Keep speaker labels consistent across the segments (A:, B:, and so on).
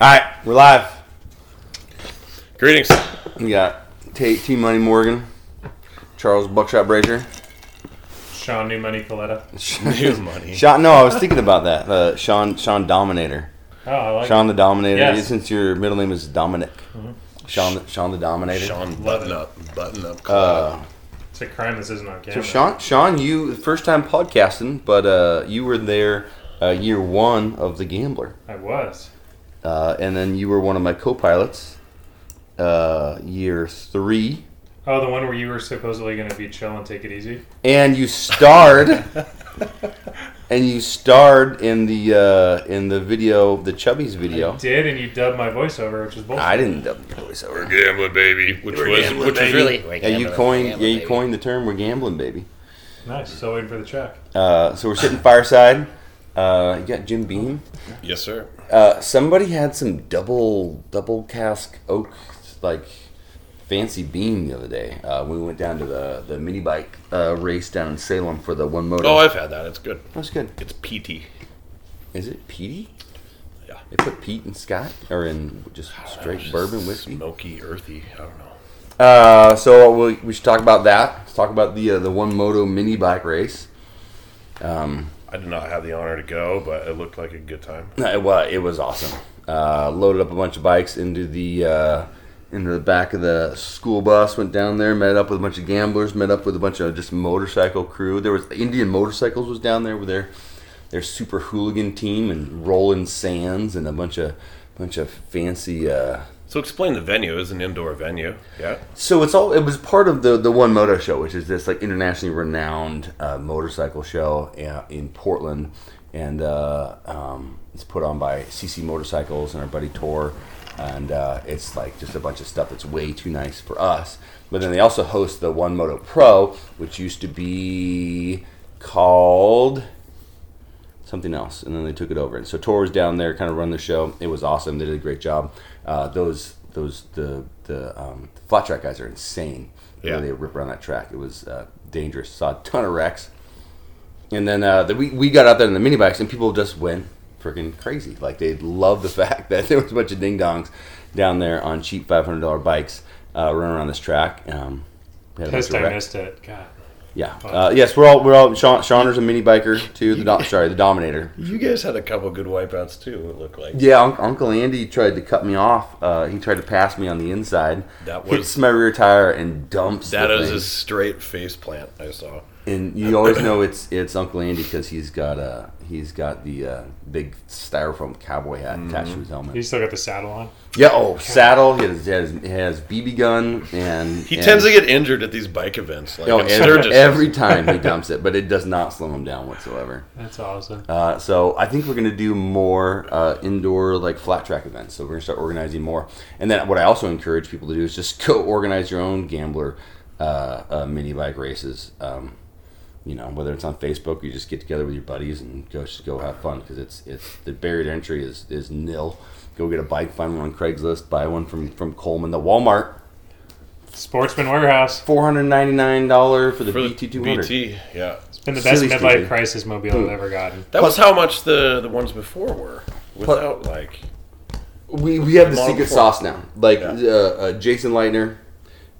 A: All right, we're live.
B: Greetings.
A: We got Tate T Money Morgan, Charles Buckshot Brazier.
C: Sean New Money Coletta.
B: New money.
A: Sean, no, I was thinking about that. Uh, Sean, Sean Dominator,
C: Oh, I like
A: Sean the Dominator.
C: Yes.
A: Since your middle name is Dominic, Sean, Sean the Dominator.
B: Mm-hmm. Sean,
C: Love
B: button
C: it.
B: up, button up.
A: Uh,
C: it. It's a crime this isn't on
A: so
C: camera.
A: Sean, Sean, you first time podcasting, but uh, you were there uh, year one of the Gambler,
C: I was.
A: uh, and then you were one of my co-pilots uh, year three,
C: Oh, the one where you were supposedly going to be chill and take it easy?
A: and you starred. and you starred in the uh, in the video, the Chubby's video.
C: Did, and you dubbed my voiceover, which was bullshit.
A: I didn't dub the voiceover.
B: gambling baby, which
D: We're
B: was
D: gambling,
B: which was
D: baby.
B: really
D: We're
A: Yeah, you
D: gambling,
A: coined
D: gambling,
A: yeah you
D: baby.
A: coined the term "we're gambling, baby."
C: Nice. Still waiting for the check.
A: Uh, so we're sitting fireside. Uh, you got Jim Beam.
B: yes sir.
A: Uh, somebody had some double double cask oak like fancy beam the other day. Uh, we went down to the the mini bike uh, race down in Salem for the one motor.
B: Oh, I've had that. It's good.
A: That's good.
B: It's peaty.
A: Is it Petey?
B: Yeah.
A: They put Pete and Scott, or in Ah, just straight bourbon whiskey.
B: smoky, earthy. I don't know.
A: Uh, so we, we should talk about that. Let's talk about the uh, the one moto mini bike race. Um,
B: I did not have the honor to go, but it looked like a good time.
A: it was it was awesome. Uh, loaded up a bunch of bikes into the uh, into the back of the school bus. Went down there, met up with a bunch of gamblers, met up with a bunch of just motorcycle crew. There was Indian motorcycles was down there with their their super hooligan team and Rolling Sands and a bunch of bunch of fancy. Uh,
B: So explain the venue. It was an indoor venue. Yeah.
A: So it's all it was part of the the One Moto Show, which is this like internationally renowned uh, motorcycle show uh, in Portland, and uh, um, it's put on by CC Motorcycles and our buddy Tor, and uh, it's like just a bunch of stuff that's way too nice for us. But then they also host the One Moto Pro, which used to be called something else, and then they took it over. And so Tor was down there, kind of run the show. It was awesome. They did a great job. Uh, those those the the um, flat track guys are insane.
B: Yeah.
A: Yeah, they rip around that track. It was uh, dangerous. Saw a ton of wrecks. And then uh, the, we we got out there in the mini bikes, and people just went freaking crazy. Like they loved the fact that there was a bunch of ding dongs down there on cheap five hundred dollar bikes uh, running around this track. Um, we had a bunch
C: Pissed
A: of
C: I
A: wrecks.
C: missed Oh. it. God.
A: Yeah. Uh, yes, we're all we're all. Sean, Seaner's a mini biker too. The do- sorry, the Dominator.
B: You guys had a couple good wipeouts too. It looked like.
A: Yeah, un- Uncle Andy tried to cut me off. Uh, he tried to pass me on the inside.
B: That
A: hits
B: was
A: my rear tire and dumps.
B: that
A: the
B: is
A: thing.
B: a straight face plant I saw.
A: and you always know it's it's Uncle Andy because he's got uh he's got the uh, big styrofoam cowboy hat
B: Mm-hmm.
A: attached to his helmet.
C: You still got the saddle on?
A: yeah, oh saddle. He has, he has, he has BB gun and
B: He
A: and-
B: tends to get injured at these bike events, like
A: No,
B: in
A: every,
B: Sturgis.
A: every time he dumps it, but it does not slow him down whatsoever.
C: That's awesome.
A: Uh, so I think we're gonna do more uh, indoor like flat track events. So we're gonna start organizing more. And then what I also encourage people to do is just go organize your own gambler uh, uh, mini bike races. Um, you know, whether it's on Facebook, you just get together with your buddies and go just go have fun because it's it's the barrier to entry is is nil. Go get a bike, find one on Craigslist, buy one from from Coleman, the Walmart,
C: Sportsman Warehouse.
A: four hundred ninety nine dollar for the
B: for the
A: BT two hundred.
B: BT. Yeah.
C: It's been the best
A: Silly
C: midlife
A: stupid. Hmm.
C: crisis mobile I've ever gotten.
B: That was how much the the ones before were without like
A: We, we have the
B: Model
A: secret
B: four.
A: sauce now. Like
B: Yeah.
A: uh, uh, Jason Leitner,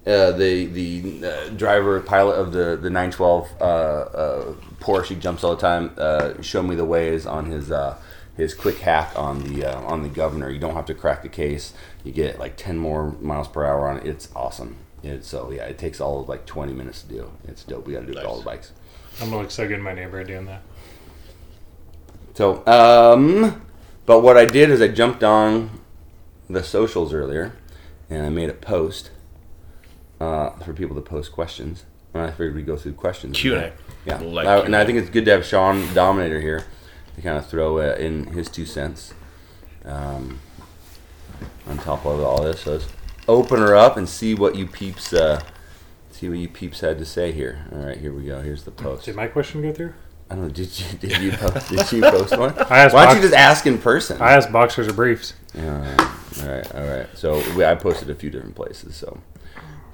A: uh, the the uh, driver pilot of the the 912 uh, uh, Porsche, he jumps all the time. Uh, Show me the ways on his uh, his quick hack on the uh, on the governor. You don't have to crack the case. You get like 10 more miles per hour on it. It's awesome. It's so yeah, it takes all of like 20 minutes to do. It's dope. We got to do it with all
B: Nice.
A: the bikes.
C: I'm going to look so good in my neighborhood doing that.
A: So um, but what I did is I jumped on the socials earlier, and I made a post uh, for people to post questions. And I figured we'd go through questions.
B: Q and A.
A: Yeah.
B: Like
A: I-
B: Q&A.
A: and I think it's good to have Sean Dominator here to kind of throw uh, in his two cents um, on top of all this. So let's open her up and see what you peeps uh, see what you peeps had to say here. All right, here we go. Here's the post.
C: Did my question go through?
A: I don't know. Did you did you post, did you post one?
C: I asked
A: Why don't
C: Box-
A: you just ask in person?
C: I asked boxers or briefs.
A: Yeah, all right, all right. So we, I posted a few different places. So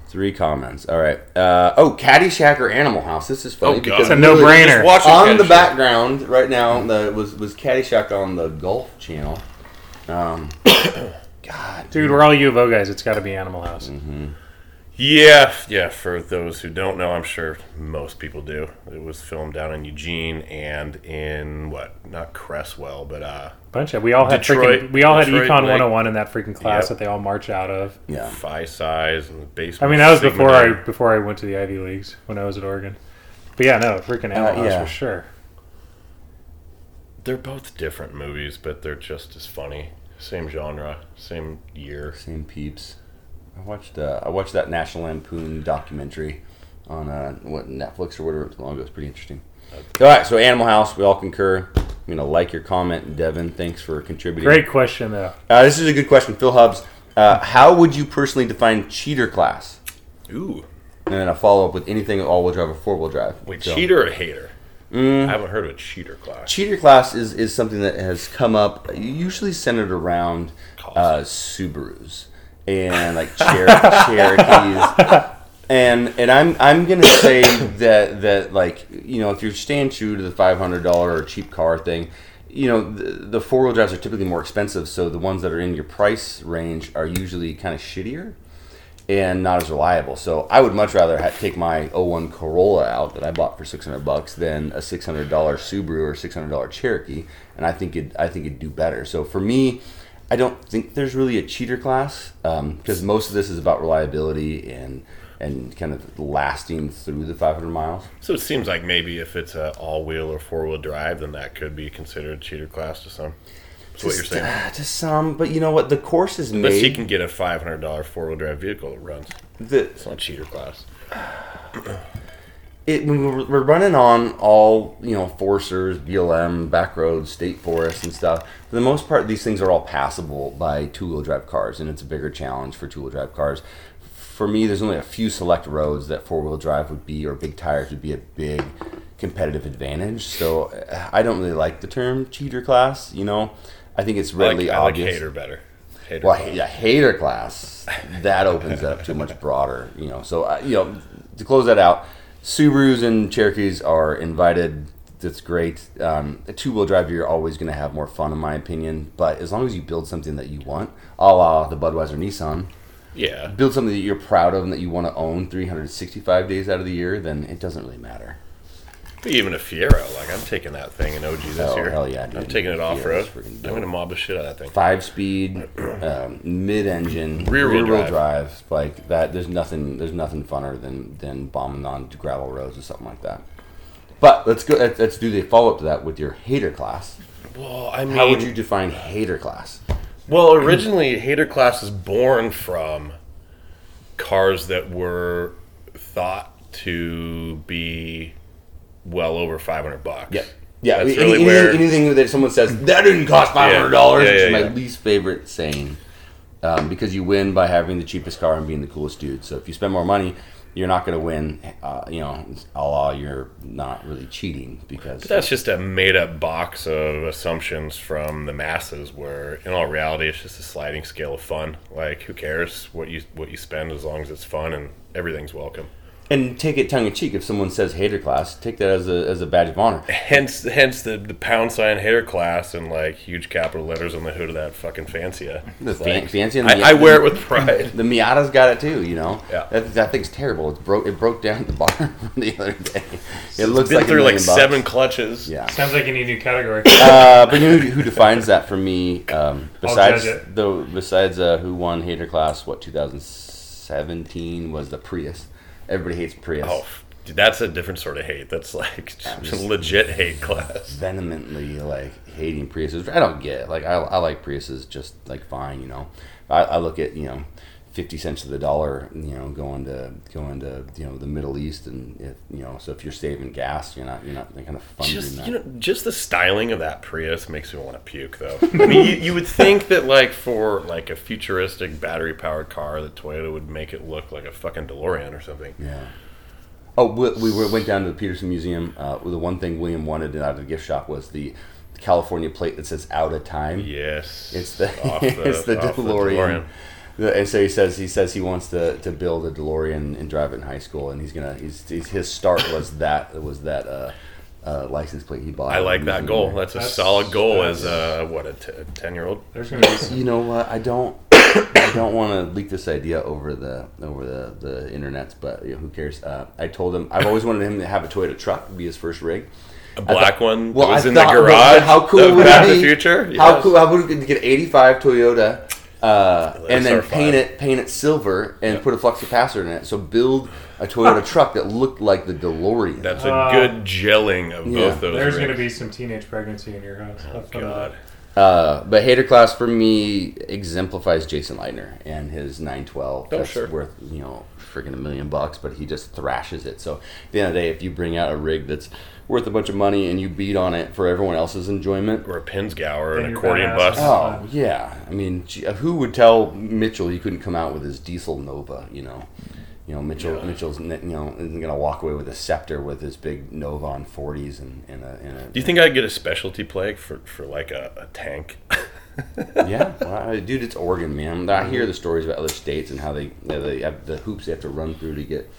A: three comments. All right. Uh, oh, Caddyshack or Animal House. This is funny
B: Oh, God.
A: because
B: It's a
A: literally
C: no-brainer.
B: Just watching
A: On the
B: Caddyshack.
A: background right now the, was was Caddyshack on the Golf Channel, Um,
C: Dude, we're all U of O guys. It's got to be Animal House.
B: Yeah, f- yeah. For those who don't know, I'm sure most people do. It was filmed down in Eugene and in what? Not Cresswell, but uh,
C: Bunch of we all had
B: Detroit-
C: freaking we all had
B: Detroit,
C: Econ
B: like-
C: 101 in that freaking class
B: Yep.
C: that they all march out of.
A: yeah.
B: Phi Size and the basement.
C: I mean, that was
B: Sigma
C: before I
B: Dau.
C: before I went to the Ivy Leagues when I was at Oregon. But yeah, no, freaking Animal House
A: Uh, yeah.
C: for sure.
B: They're both different movies, but they're just as funny. Same genre, same year.
A: Same peeps. I watched uh, I watched that National Lampoon documentary on uh, what Netflix or whatever it was long ago. It's pretty interesting. All right, so Animal House, we all concur. I'm gonna like your comment, Devin. Thanks for contributing.
C: Great question though.
A: Uh, this is a good question, Phil Hubs. Uh, how would you personally define cheater class?
B: Ooh,
A: And then a follow up with anything all-wheel drive or four-wheel drive.
B: wait,
A: So- Mm.
B: cheater or hater? I haven't heard of a cheater class.
A: Cheater class is, is something that has come up, usually centered around uh, Subarus and like Cher- Cherokees. And and I'm I'm gonna say that that like you know if you're staying true to the five hundred dollar or cheap car thing, you know the, the four wheel drives are typically more expensive, so the ones that are in your price range are usually kind of shittier and not as reliable. So I would much rather ha- take my 01 Corolla out that I bought for 600 bucks than a $600 Subaru or $600 Cherokee, and I think it I think it'd do better. So for me, I don't think there's really a cheater class because most of this is about reliability and and kind of lasting through the 500 miles.
B: So it seems like maybe if it's a all-wheel or four-wheel drive, then that could be considered cheater class to some. That's what you're
A: Just,
B: saying.
A: uh, to some, but you know what? The course is
B: Unless you
A: made.
B: can get a $500 four-wheel drive vehicle that runs.
A: The,
B: It's not cheater class.
A: it when we're, we're running on all you know forcers blm back roads state forests and stuff for the most part these things are all passable by two-wheel drive cars and it's a bigger challenge for two-wheel drive cars for me there's only a few select roads that four-wheel drive would be or big tires would be a big competitive advantage so uh, i don't really like the term cheater class you know i think it's
B: I like,
A: readily
B: I like
A: obvious
B: hater better. Hater
A: well,
B: class.
A: yeah, hater class that opens it up to much broader, you know. So uh, you know, to close that out, Subarus and Cherokees are invited. That's great. Um, a two wheel drive, you're always going to have more fun, in my opinion. But as long as you build something that you want, a la the Budweiser Nissan,
B: Yeah.
A: build something that you're proud of and that you want to own 365 days out of the year, then it doesn't really matter.
B: But even a Fiero, like I'm taking that thing in OG this
A: Oh,
B: year.
A: hell yeah, dude.
B: I'm taking it
A: Fiero's
B: off road.
A: freaking
B: I'm
A: dope.
B: gonna mob the shit out of that thing.
A: Five speed, um, mid engine,
B: Rear-wheel drive.
A: drive, like that. There's nothing. There's nothing funner than than bombing on gravel roads or something like that. But let's go. Let's, let's do the follow up to that with your hater class.
B: Well, I mean,
A: How would you define hater class?
B: Well, originally, hater class is born from cars that were thought to be well over 500 bucks.
A: Yeah.
B: That's
A: any-
B: really
A: anything,
B: where-
A: anything that someone says that didn't cost five hundred dollars,
B: Yeah, yeah,
A: which is my
B: yeah.
A: least favorite saying, um, because you win by having the cheapest car and being the coolest dude. So if you spend more money. You're not going to win, uh, you know, a la you're not really cheating because
B: That's just a made up box of assumptions from the masses where in all reality it's just a sliding scale of fun. Like who cares what you what you spend as long as it's fun and everything's welcome.
A: And take it tongue in cheek. If someone says hater class, take that as a, as a badge of honor.
B: Hence hence the, the pound sign hater class and like huge capital letters on the hood of that fucking fancia.
A: The fan, fancy and the,
B: I, I wear it with pride.
A: the Miata's got it too. You know,
B: Yeah.
A: that, that thing's terrible. It broke it broke down at the bar the other day. It looks
B: Been
A: like a
B: through
A: million
B: like
A: bucks.
B: seven clutches.
A: Yeah,
C: Sounds like you need a new category.
A: uh, but you know who, who defines that for me? Um, besides
C: judge it.
A: the besides uh, who won hater class, what 2017 was the Prius. Everybody hates Prius.
B: Oh, f- dude, that's a different sort of hate. That's like
A: just-
B: legit hate class.
A: vehemently like hating Priuses. I don't get it. Like I, I like Priuses just like fine, you know. I, I look at you know fifty cents to the dollar, you know, going to going to you know the Middle East, and if, you know, so if you're saving gas, you're not you're not kind of funding
B: Just
A: that.
B: you know, just the styling of that Prius makes me want to puke. Though I mean, you, you would think that like for like a futuristic battery powered car, that Toyota would make it look like a fucking DeLorean or something.
A: yeah. Oh, we, we were- went down to the Peterson Museum. Uh, the one thing William wanted out of the gift shop was the California plate that says "Out of Time."
B: Yes,
A: It's the,
B: Off
A: it's the
B: off
A: DeLorean. The- and so he says he says he wants to, to build a DeLorean and drive it in high school, and he's gonna he's, he's his start was that was that uh, uh, license plate he bought.
B: I like that goal.
A: Mm-hmm.
B: That's a
C: That's-
B: solid goal as
C: that's-
B: a what a t- ten year old.
C: There's going to be some.
A: You know what? I don't. I don't want to leak this idea over the over the the internets, but you know, who cares? Uh, I told him I've always wanted him to have a Toyota truck be his first rig.
B: A black one
A: Well,
B: that was
A: I
B: in
A: thought-
B: the garage.
A: How cool
B: of
A: would
B: Back
A: it
B: to the
A: be?
B: Future.
A: How
B: Yes.
A: cool! How would it be to get '85 Toyota uh, and then
B: SR5.
A: paint it paint it silver and put a flux capacitor in it? So build a Toyota truck that looked like the DeLorean.
B: That's a
C: Uh,
B: good gelling of
A: yeah.
B: both those.
C: There's going to
B: rigs.
C: be some teenage pregnancy in your house. Have
B: Oh,
C: fun with
B: God.
C: that.
A: Uh, but hater class for me exemplifies Jason Leitner and his 912.
B: Oh,
A: That's
B: sure.
A: worth you know freaking a million bucks, but he just thrashes it. So at the end of the day, if you bring out a rig that's worth a bunch of money and you beat on it for everyone else's enjoyment,
B: Or a Pinsgauer, an
C: you're
B: accordion
C: badass.
B: bus.
A: Oh yeah, I mean, gee, uh, who would tell Mitchell he couldn't come out with his diesel Nova? You know, you know Mitchell.
B: Yeah.
A: Mitchell's n- you know isn't gonna walk away with a scepter with his big Nova on forties and and a, and a
B: Do you think I'd get a specialty plate for, for like a, a tank?
A: yeah, well, I- dude, it's Oregon, man. I
B: Mm-hmm.
A: hear the stories about other states and how they yeah, they have the hoops they have to run through to get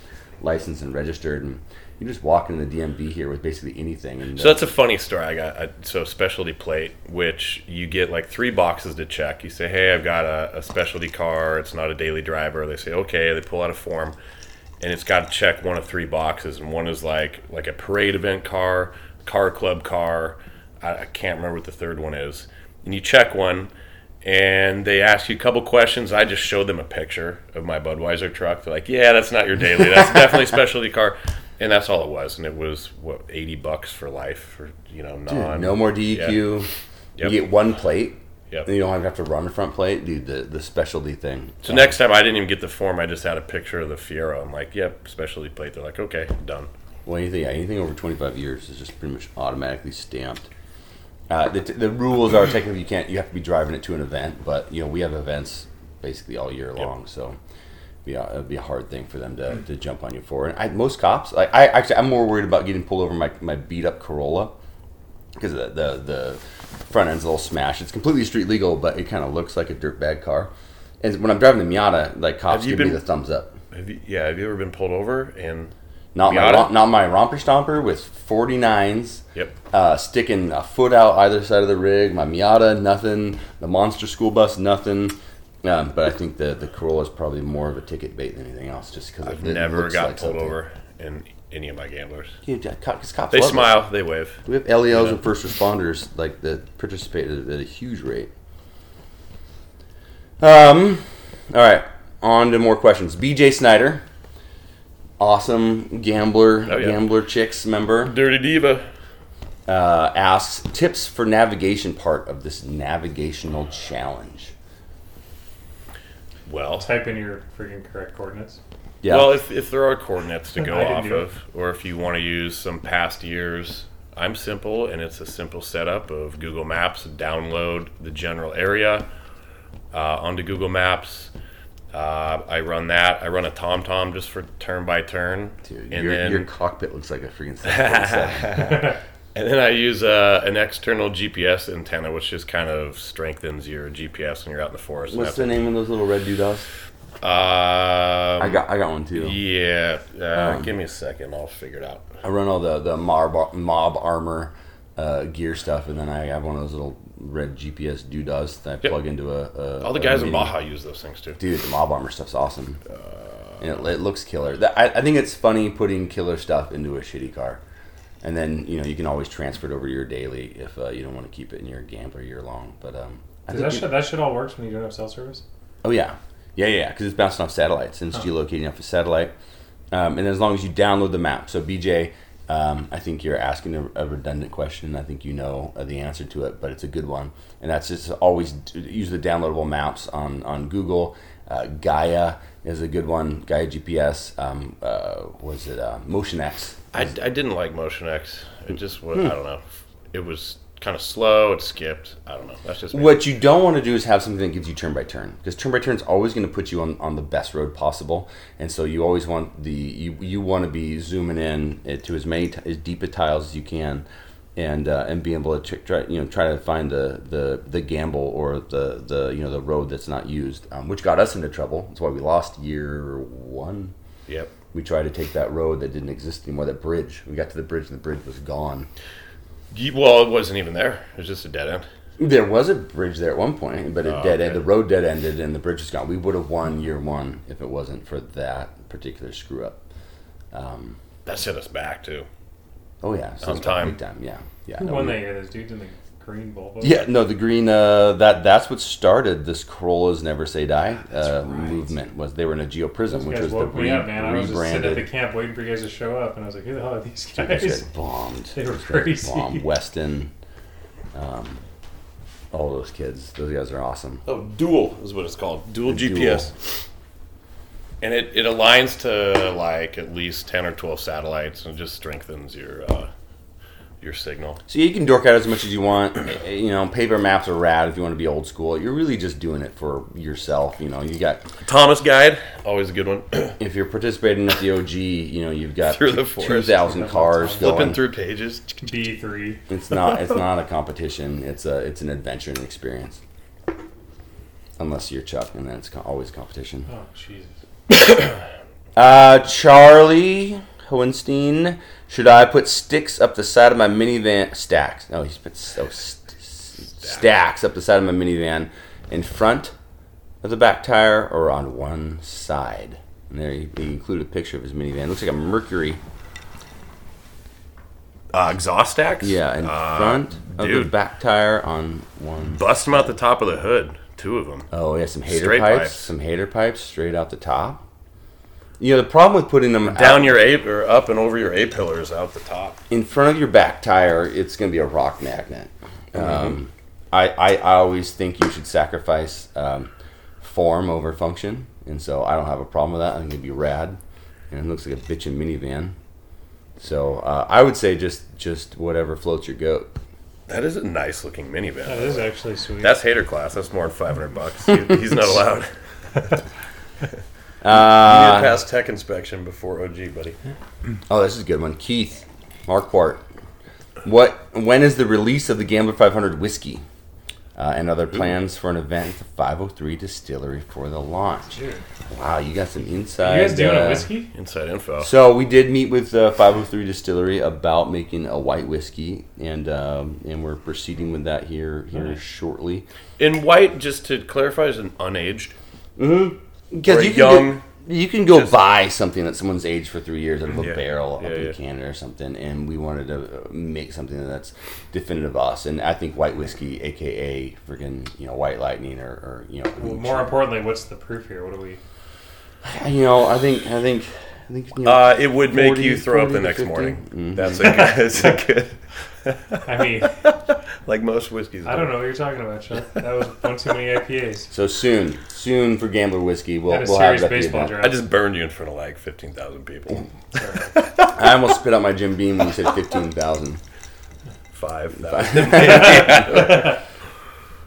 A: licensed and registered, and you just walk into the DMV here with basically anything. And uh,
B: So that's a funny story. I got a, so specialty plate, which you get like three boxes to check. You say, "Hey, I've got a, a specialty car. It's not a daily driver." They say, "Okay." They pull out a form, and it's got to check one of three boxes. And one is like like a parade event car, car club car. I, I can't remember what the third one is. And you check one, and they ask you a couple questions. I just showed them a picture of my Budweiser truck. They're like, "Yeah, that's not your daily. That's definitely a specialty car." And that's all it was. And it was what eighty bucks for life, or you know,
A: Dude,
B: non.
A: no more DEQ.
B: Yep.
A: You get one plate.
B: Yep.
A: And you don't even have to run the front plate, dude. The the specialty thing.
B: So next time, I didn't even get the form. I just had a picture of the Fiero. I'm like, "Yep, specialty plate." They're like, "Okay, done."
A: Well, anything, yeah, anything over 25 years is just pretty much automatically stamped. Uh, the, the rules are technically you can't, you have to be driving it to an event, but you know we have events basically all year long, so yeah, it'd be a hard thing for them to, to jump on you for. And I, most cops, like I actually, I'm more worried about getting pulled over my, my beat up Corolla because the, the the front end's a little smashed. It's completely street legal, but it kind of looks like a dirtbag car. And when I'm driving the Miata, like cops
B: you
A: give me
B: been-
A: the thumbs up.
B: Have you, yeah, have you ever been pulled over and?
A: Not my
B: Miata?
A: rom- not my romper stomper with 49s.
B: Yep.
A: Uh, sticking a foot out either side of the rig. My Miata, nothing. The monster school bus, nothing. Um, but I think the the Corolla is probably more of a ticket bait than anything else, just because
B: I've never got pulled over in any of my gamblers.
A: because cops
B: They
A: love it.
B: smile, they wave.
A: We have LEOs
B: Yeah.
A: and first responders like that participate at, at a huge rate. Um, all right, on to more questions. BJ Snyder, awesome gambler,
B: Oh, yeah.
A: gambler chicks member,
B: Dirty diva.
A: uh, asks tips for navigation part of this navigational challenge.
B: Well,
C: Type in your freaking correct coordinates.
A: Yeah,
B: well, if, if there are coordinates to go
C: I didn't
B: off
C: do it.
B: of, or if you want to use some past years, I'm simple, and it's a simple setup of Google Maps. Download the general area uh, onto Google Maps. Uh, I run that. I run a TomTom just for turn by turn,
A: Dude,
B: and
A: your,
B: then
A: your cockpit looks like a freaking. 747.
B: And then I use uh, an external GPS antenna, which just kind of strengthens your GPS when you're out in the forest.
A: What's the
B: and
A: name of those little red doodahs?
B: that. Um,
A: I got, Um, I got one too.
B: Yeah. Uh, give me a second. I'll figure it out.
A: I run all the the mob mob armor uh, gear stuff, and then I have one of those little red GPS doodads that I plug into a. a
B: All the
A: a
B: guys in
A: mini-
B: Baja use those things too.
A: Dude, the mob armor stuff's awesome.
C: Uh,
A: and it, it looks killer. That- I, I think it's funny putting killer stuff into a shitty car, and then you know you can always transfer it over to your daily if uh, you don't want to keep it in your gambler year long. But um, I
C: Does
A: think
C: that,
A: you-
C: shit, that shit all works when you don't have cell service?
A: Oh yeah, yeah, yeah, because it's bouncing off satellites and it's geolocating off a satellite. Um, and as long as you download the map, so BJ, um, I think you're asking a, a redundant question. I think you know uh, the answer to it, but it's a good one. And that's just always d- use the downloadable maps on on Google. Uh, Gaia is a good one. Gaia GPS. Um, uh, was it uh, Motion X?
B: I, I didn't like Motion X. It just
A: Hmm.
B: was. I don't know. It was kind of slow. It skipped. I don't know. That's just me.
A: What you don't want to do is have something that gives you turn by turn because turn by turn is always going to put you on, on the best road possible, and so you always want the you, you want to be zooming in eh, to as many t- as deep a tiles as you can, and uh, and being able to ch- try you know try to find the the the gamble or the the you know the road that's not used, um, which got us into trouble. That's why we lost year one
B: Yep.
A: we tried to take that road that didn't exist anymore, that bridge. We got to the bridge and the bridge was gone.
B: You, well, it wasn't even there. It was just a dead end.
A: There was a bridge there at one point, but it
B: Oh,
A: dead
B: okay.
A: end. The road dead ended, and the bridge is gone. We would have won year one if it wasn't for that particular screw up.
B: That set us back too.
A: Oh yeah, so
B: On
A: it's about
B: time.
A: big time. Yeah, yeah.
C: Who
A: no,
C: won
A: we-
C: that year? Those dudes in the green Volvo.
A: Yeah, no, the green. Uh, that that's what started this Corollas Never Say Die uh, movement. Was they were in a Geo Prism,
C: Those
A: which
C: guys
A: was the
C: woke me
A: re-
C: up, man. I was just sitting at the
A: rebranded.
C: camp waiting for you guys to show up, and I was like, "Who the hell are these
A: Dude, those guys
C: guys?"
A: bombed.
C: They were
A: Those guys
C: crazy.
A: Bombed. Weston, um, all those kids. Those guys are awesome.
B: Oh, dual is what it's called. Dual
A: Dual.
B: GPS. And it, it aligns to like at least ten or twelve satellites, and just strengthens your uh, your signal.
A: So you can dork out as much as you want. Eh, You know, paper maps are rad if you want to be old school. You're really just doing it for yourself. You know, you got
B: Thomas guide, always a good one.
A: if you're participating at the OG, you know, you've got
B: Through the
A: two
B: forest.
A: thousand cars
B: Flipping
A: going.
B: through pages.
C: B three.
A: It's not. It's not a competition. It's a. It's an adventure and experience. Unless you're Chuck, and then it's co- always competition.
C: Oh Jesus.
A: Uh, Charlie Hohenstein, should I put sticks up the side of my minivan? Stacks. No, he's put so st- stacks up the side of my minivan, in front of the back tire or on one side. And there he, he included a picture of his minivan. Looks like a Mercury.
B: Uh, exhaust stacks.
A: Yeah, in
B: Uh,
A: front of the
B: dude.
A: back tire on one.
B: Bust them out the top of the hood. Two of them.
A: Oh yeah, some hater
B: Straight
A: pipes,
B: pipes.
A: some hater pipes straight out the top. You know the problem with putting them
B: Down
A: out
B: your A or up and over your A pillars out the top.
A: in front of your back tire, it's going to be a rock magnet. Um, I, I I always think you should sacrifice um, form over function, and so I don't have a problem with that. I think it'd be rad, and it looks like a bitchin' minivan. So uh, I would say just just whatever floats your goat.
B: That is a nice looking minivan.
C: That Oh, is actually sweet.
B: That's hater class. That's more than five hundred bucks. He- he's not allowed. you
A: Uh,
B: need to pass tech inspection before OG, buddy.
A: Oh, this is a good one, Keith Marquardt. What? When is the release of the Gambler 500 whiskey? Uh, and other plans for an event at the 503 Distillery for the launch.
C: Dude,
A: Wow, you got some
C: you
A: inside.
C: guys doing
A: uh,
C: a whiskey?
B: Inside info.
A: So we did meet with uh, 503 Distillery about making a white whiskey, and um, and we're proceeding with that here here
C: Nice.
A: shortly.
B: In white, just to clarify, is an unaged. Or
A: Because you can
B: young,
A: go, you can go
B: just-
A: buy something that's someone's aged for three years out of a
B: Yeah.
A: barrel up
B: Yeah,
A: in
B: yeah.
A: Canada or something, and we wanted to uh, make something that's definitive of us. And I think white whiskey, aka freaking you know white lightning or, or you know
C: Well,
A: Hooch.
C: more importantly, what's the proof here? What do we?
A: you know I think I think I think you know,
B: Uh, it would make
A: 40,
B: you throw up
A: 40
B: the
A: to Mm-hmm. 50.
B: next morning. That's a good. That's a good.
C: I mean,
B: Like most whiskeys.
C: I don't know what you're talking about, Chuck. That was one too many IPAs.
A: so soon soon for Gambler whiskey we'll
C: Had a
A: we'll have
C: serious
A: that. at the
C: baseball
A: event.
C: draft.
B: I just burned you in front of like fifteen thousand people.
A: I almost spit out my Jim Beam when you said fifteen thousand.
B: Five.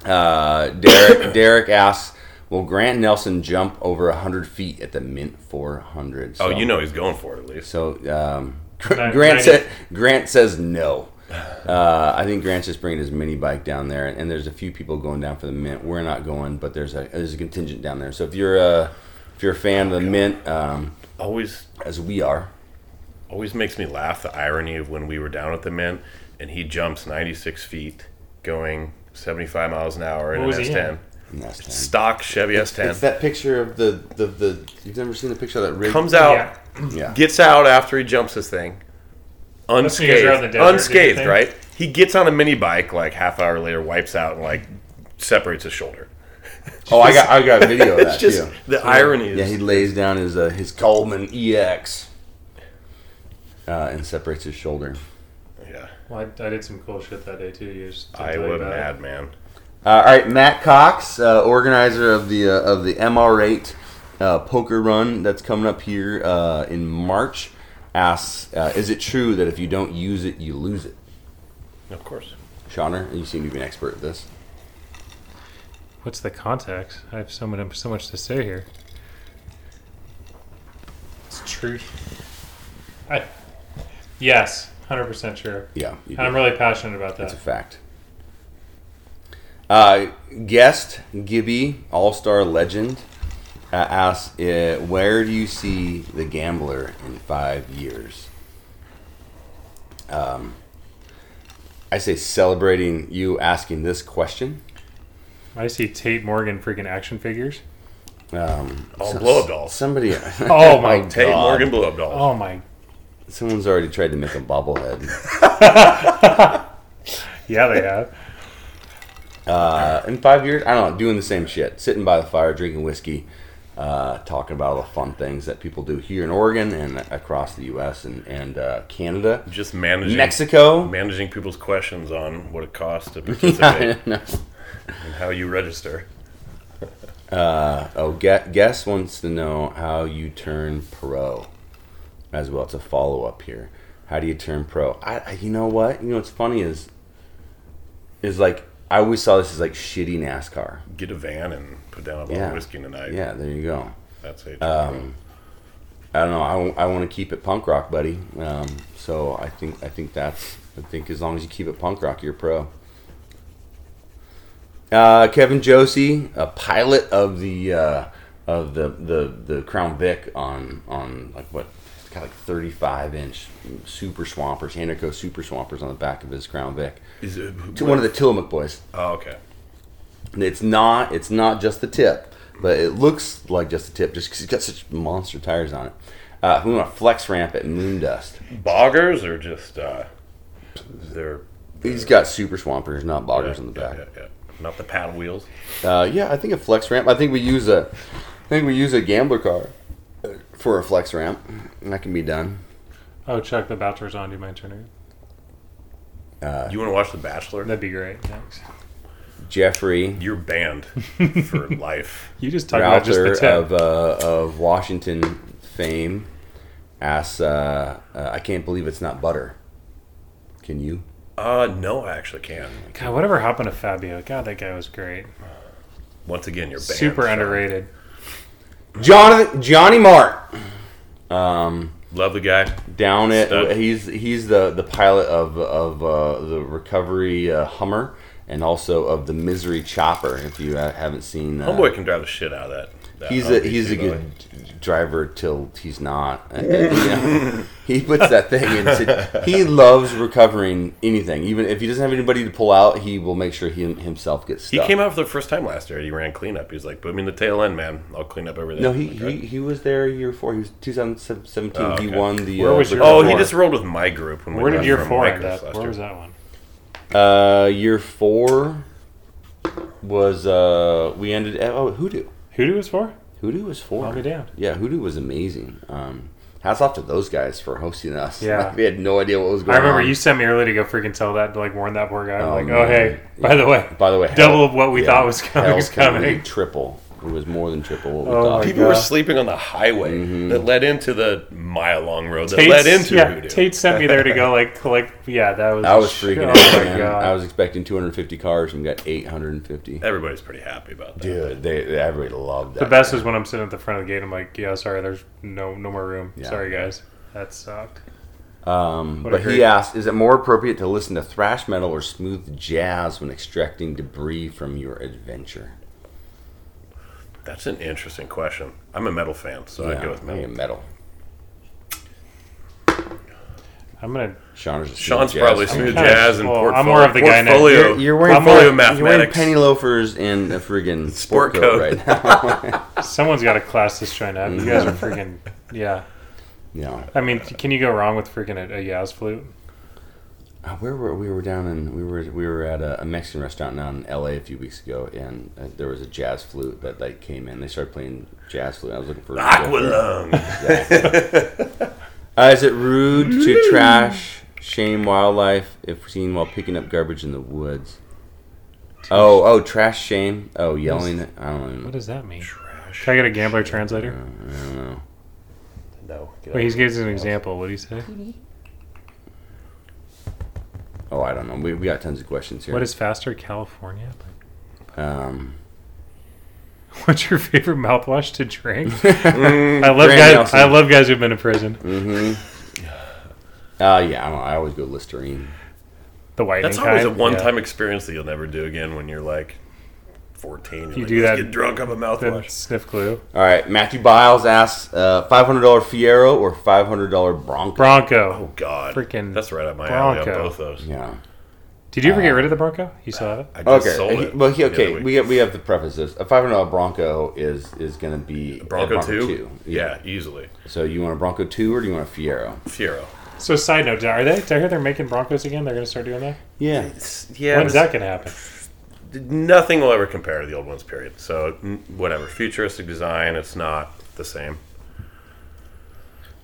A: Uh, Derek Derek asks, "Will Grant Nelson jump over hundred feet at the Mint 400?
B: oh, you know he's going for it at least.
A: So um, Gr-
C: Nine-
A: Grant
C: ninety-
A: said Grant says no. Uh, I think Grant's just bringing his mini bike down there, and there's a few people going down for the Mint. We're not going, but there's a there's a contingent down there. So if you're a if you're a fan of the Mint, um,
B: Always
A: as we are,
B: always makes me laugh the irony of when we were down at the mint and he jumps 96 feet going 75 miles an hour in
C: What was
B: an
C: he
B: S10.
C: in?
A: and that's time.
B: Stock Chevy
A: It's
B: S10.
A: that picture of the, the, the you've never seen the picture of that rig
B: Comes out,
C: Yeah.
A: yeah.
B: gets out after he jumps this thing.
C: when you guys
B: Unscathed.
C: were out in the desert, did
B: unscathed,
C: the thing.
B: right? He gets on a mini bike like half hour later, wipes out and like separates his shoulder.
A: Oh, I got I got a video of that
B: It's just
A: too.
B: the irony is
A: Yeah, he lays down his uh, his Coleman EX uh, and separates his shoulder.
B: yeah.
C: Well, I, I did some cool shit that day too. You just didn't tell you
B: Iowa
C: about it.
B: madman.
A: Uh, all right, Matt Cox, uh, organizer of the uh, of the MR8 uh, poker run that's coming up here uh, in March, asks, uh, "Is it true that if you don't use it, you lose it?"
B: Of course.
A: Shauner, you seem to be an expert at this.
C: What's the context? I have so much, so much to say here. It's true. I, yes, hundred percent sure.
A: Yeah, you
C: And I'm really passionate about
A: That's
C: that.
A: a fact. Uh, guest Gibby, all star legend, uh, asks, uh, where do you see the gambler in five years? Um, I say celebrating you asking this question.
C: I see Tate Morgan freaking action figures.
A: Um,
B: All blow-up dolls.
A: Somebody.
C: Oh my god.
B: Tate Morgan blew up dolls.
C: Oh my.
A: Someone's already tried to make a bobblehead.
C: Yeah, they have.
A: Uh, in five years, I don't know, doing the same shit, sitting by the fire, drinking whiskey, uh, talking about all the fun things that people do here in Oregon and across the U.S. and and uh,
C: Oh.
A: Canada,
B: Just managing
A: Mexico.
B: managing people's questions on what it costs to
A: I
B: participate
A: know.
B: and how you register.
A: oh, Gue- guess wants to know how you turn pro, as well. It's a follow up here. How do you turn pro? I, I, you know what? You know what's funny is, is like I always saw this as like shitty NASCAR.
B: Get a van and put down a bottle
A: Yeah.
B: of whiskey tonight.
A: Yeah, Um, there you go.
B: That's it.
A: I don't know. I, want to keep it punk rock, buddy. Um, so I think I think that's I think as long as you keep it punk rock, you're pro. Uh, Kevin Josie, a pilot of the uh, of the, the the Crown Vic on on like what kind of like 35 inch super swampers, Hanico super swampers on the back of his Crown Vic.
B: Is it,
A: To one of the Tillamook boys.
B: oh, okay.
A: And It's not. It's not just the tip, but it looks like just the tip, just because it's got such monster tires on it. Uh, we want a flex ramp at Moondust.
B: Boggers or just uh, they're
A: He's got super swampers, not boggers on the
B: yeah,
A: back.
B: yeah, yeah. not the paddle wheels.
A: Uh, yeah, I think a flex ramp. I think we use a. I think we use a gambler car uh, for a flex ramp. And that can be done.
C: Oh, Chuck, the voucher's on. Do you mind turning it?
B: you want to watch The Bachelor?
C: That'd be great. Thanks.
A: Jeffrey
B: You're banned for life.
C: You just talked about just the
A: Router of
C: tip.
A: uh, of Washington fame asks, uh, uh, "I can't believe it's not butter. Can you?"
B: Uh, no, I actually can.
C: God, whatever happened to Fabio? God, that guy was great.
B: Once again, you're banned.
C: Super
B: Sean.
C: underrated.
A: Jonathan Johnny Mart. Um,
B: Love the guy.
A: down at
B: Stud.
A: he's he's the the pilot of of uh, the recovery uh, Hummer and also of the Misery Chopper. If you uh, haven't seen, uh,
B: Homeboy can drive the shit out of that. that
A: Oh, he's a
B: Humvee
A: he's a
B: too, by the
A: good
B: way.
A: driver till he's not. And, and, you know, he puts that thing into. He loves recovering anything, even if he doesn't have anybody to pull out. He will make sure he himself gets
B: He
A: stuck.
B: came out for the first time last year. He ran cleanup. He was like, "Put me in the tail end, man. I'll clean up everything."
A: no, he,
B: Like,
A: he, he was there a year before. He was 2017.
B: Oh,
A: He
B: okay.
A: won the.
C: Where
A: uh,
C: was
A: the
C: your-
B: Oh,
A: Tour.
B: he just rolled with my group. When we
C: Where did
B: ran
C: year
B: from
C: four end
B: Rikers
C: up?
B: last
C: Where
B: year.
C: was that one?
A: Uh, year four was uh we ended at, oh hoodoo
C: Hoodoo was four?
A: hoodoo was four.
C: I'll be damned.
A: Yeah, hoodoo was amazing. Um, hats off to those guys for hosting us.
C: Yeah.
A: we had no idea what was
C: I
A: going.
C: remember
A: on.
C: you sent me early to go freaking tell that to like warn that poor guy. I'm
A: Oh,
C: like,
A: man.
C: oh hey, by the way,
A: By the way,
C: double of what we thought was coming
A: hell
C: was
A: can be
C: coming.
A: triple. It was more than triple what we
C: Oh
A: thought.
C: my
B: People were
C: Yeah.
B: sleeping on the highway
A: Mm-hmm.
B: that led into the mile long road that
C: Tate's-
B: led into
C: yeah,
B: Hoodoo.
C: Tate sent me there to go like collect. Yeah, that was.
A: I was
C: shit.
A: freaking out.
C: Oh my
A: man.
C: god.
A: I was expecting 250 cars and we got 850.
B: Everybody's pretty happy about that.
A: Dude, they, they everybody loved that.
C: the best is when I'm sitting at the front of the gate. I'm like, yeah, sorry, there's no no more room.
A: Yeah.
C: Sorry guys, that sucked.
A: Um,
C: What
A: but he
C: a great-
A: asked, is it more appropriate to listen to thrash metal or smooth jazz when extracting debris from your adventure?
B: That's an interesting question. I'm a metal fan, so I go with
A: I
B: metal.
A: mean, metal.
C: I'm gonna.
A: Sean's, a smooth
B: Sean's
A: jazz
B: probably
A: fan.
B: smooth
C: kinda-
B: jazz and
C: well,
B: portfolio.
C: I'm more of the guy now.
B: portfolio.
A: You're, you're wearing
B: portfolio
A: full- You're wearing
B: mathematics.
A: penny loafers and a friggin' sport,
B: Sport
A: coat
B: coat.
A: right now.
C: Someone's got to class this joint up. You guys are freaking. Yeah.
A: yeah.
C: I mean, can you go wrong with freaking a, a Yaz flute?
A: Uh, where were we were down in we were we were at a, a Mexican restaurant down in L.A. a few weeks ago, and uh, there was a jazz flute that like came in. They started playing jazz flute. I was looking for
B: Aqualung.
A: Uh, is it rude to trash, shame wildlife if seen while picking up garbage in the woods? Oh, oh, trash, shame. Oh, yelling. at- I don't even
C: What does that mean?
B: Trash.
C: Can I get a gambler translator?
A: I don't know.
B: No. get
C: Wait,
B: out.
C: he's gives an example. What do you say?
A: Oh, I don't know. We, we got tons of questions here.
C: What is faster, California? Like,
A: um,
C: what's your favorite mouthwash to drink?
A: mm-hmm.
C: I love
A: Grand
C: guys.
A: Nelson.
C: I love guys who've been in prison.
A: Uh, yeah, I, don't, I always go Listerine.
C: The whitening
B: That's always a
C: kind,
B: one
C: yeah.
B: time experience that you'll never do again when you're like 14. You're
C: you
B: like,
C: do
B: "Let's
C: that-
B: get drunk on a
C: Then
B: mouthwash.
C: sniff glue.
A: All right, Matthew Biles asks uh, $500 Fiero or $500 Bronco.
C: Bronco.
B: Oh God,
C: Freaking
B: That's right up my alley on
C: Bronco.
B: both those.
A: yeah.
C: Did you ever get rid of the Bronco? You still have it?
B: I just
A: Okay.
B: sold
A: he-
B: it.
A: well, he,
B: the other
A: okay.
B: week.
A: We have, we have the preface. This a five hundred dollar Bronco is is going to be a
B: Bronco, two.
A: Yeah.
B: Yeah. easily.
A: So you want a Bronco two or do you want a Fiero?
B: Fiero.
C: So, side note, are they? Did I hear they're making Broncos again? They're going to start doing that?
A: Yeah.
B: Yeah,
C: When's that going to happen?
B: nothing will ever compare to the old ones. Period. So n- whatever, futuristic design, it's not the same.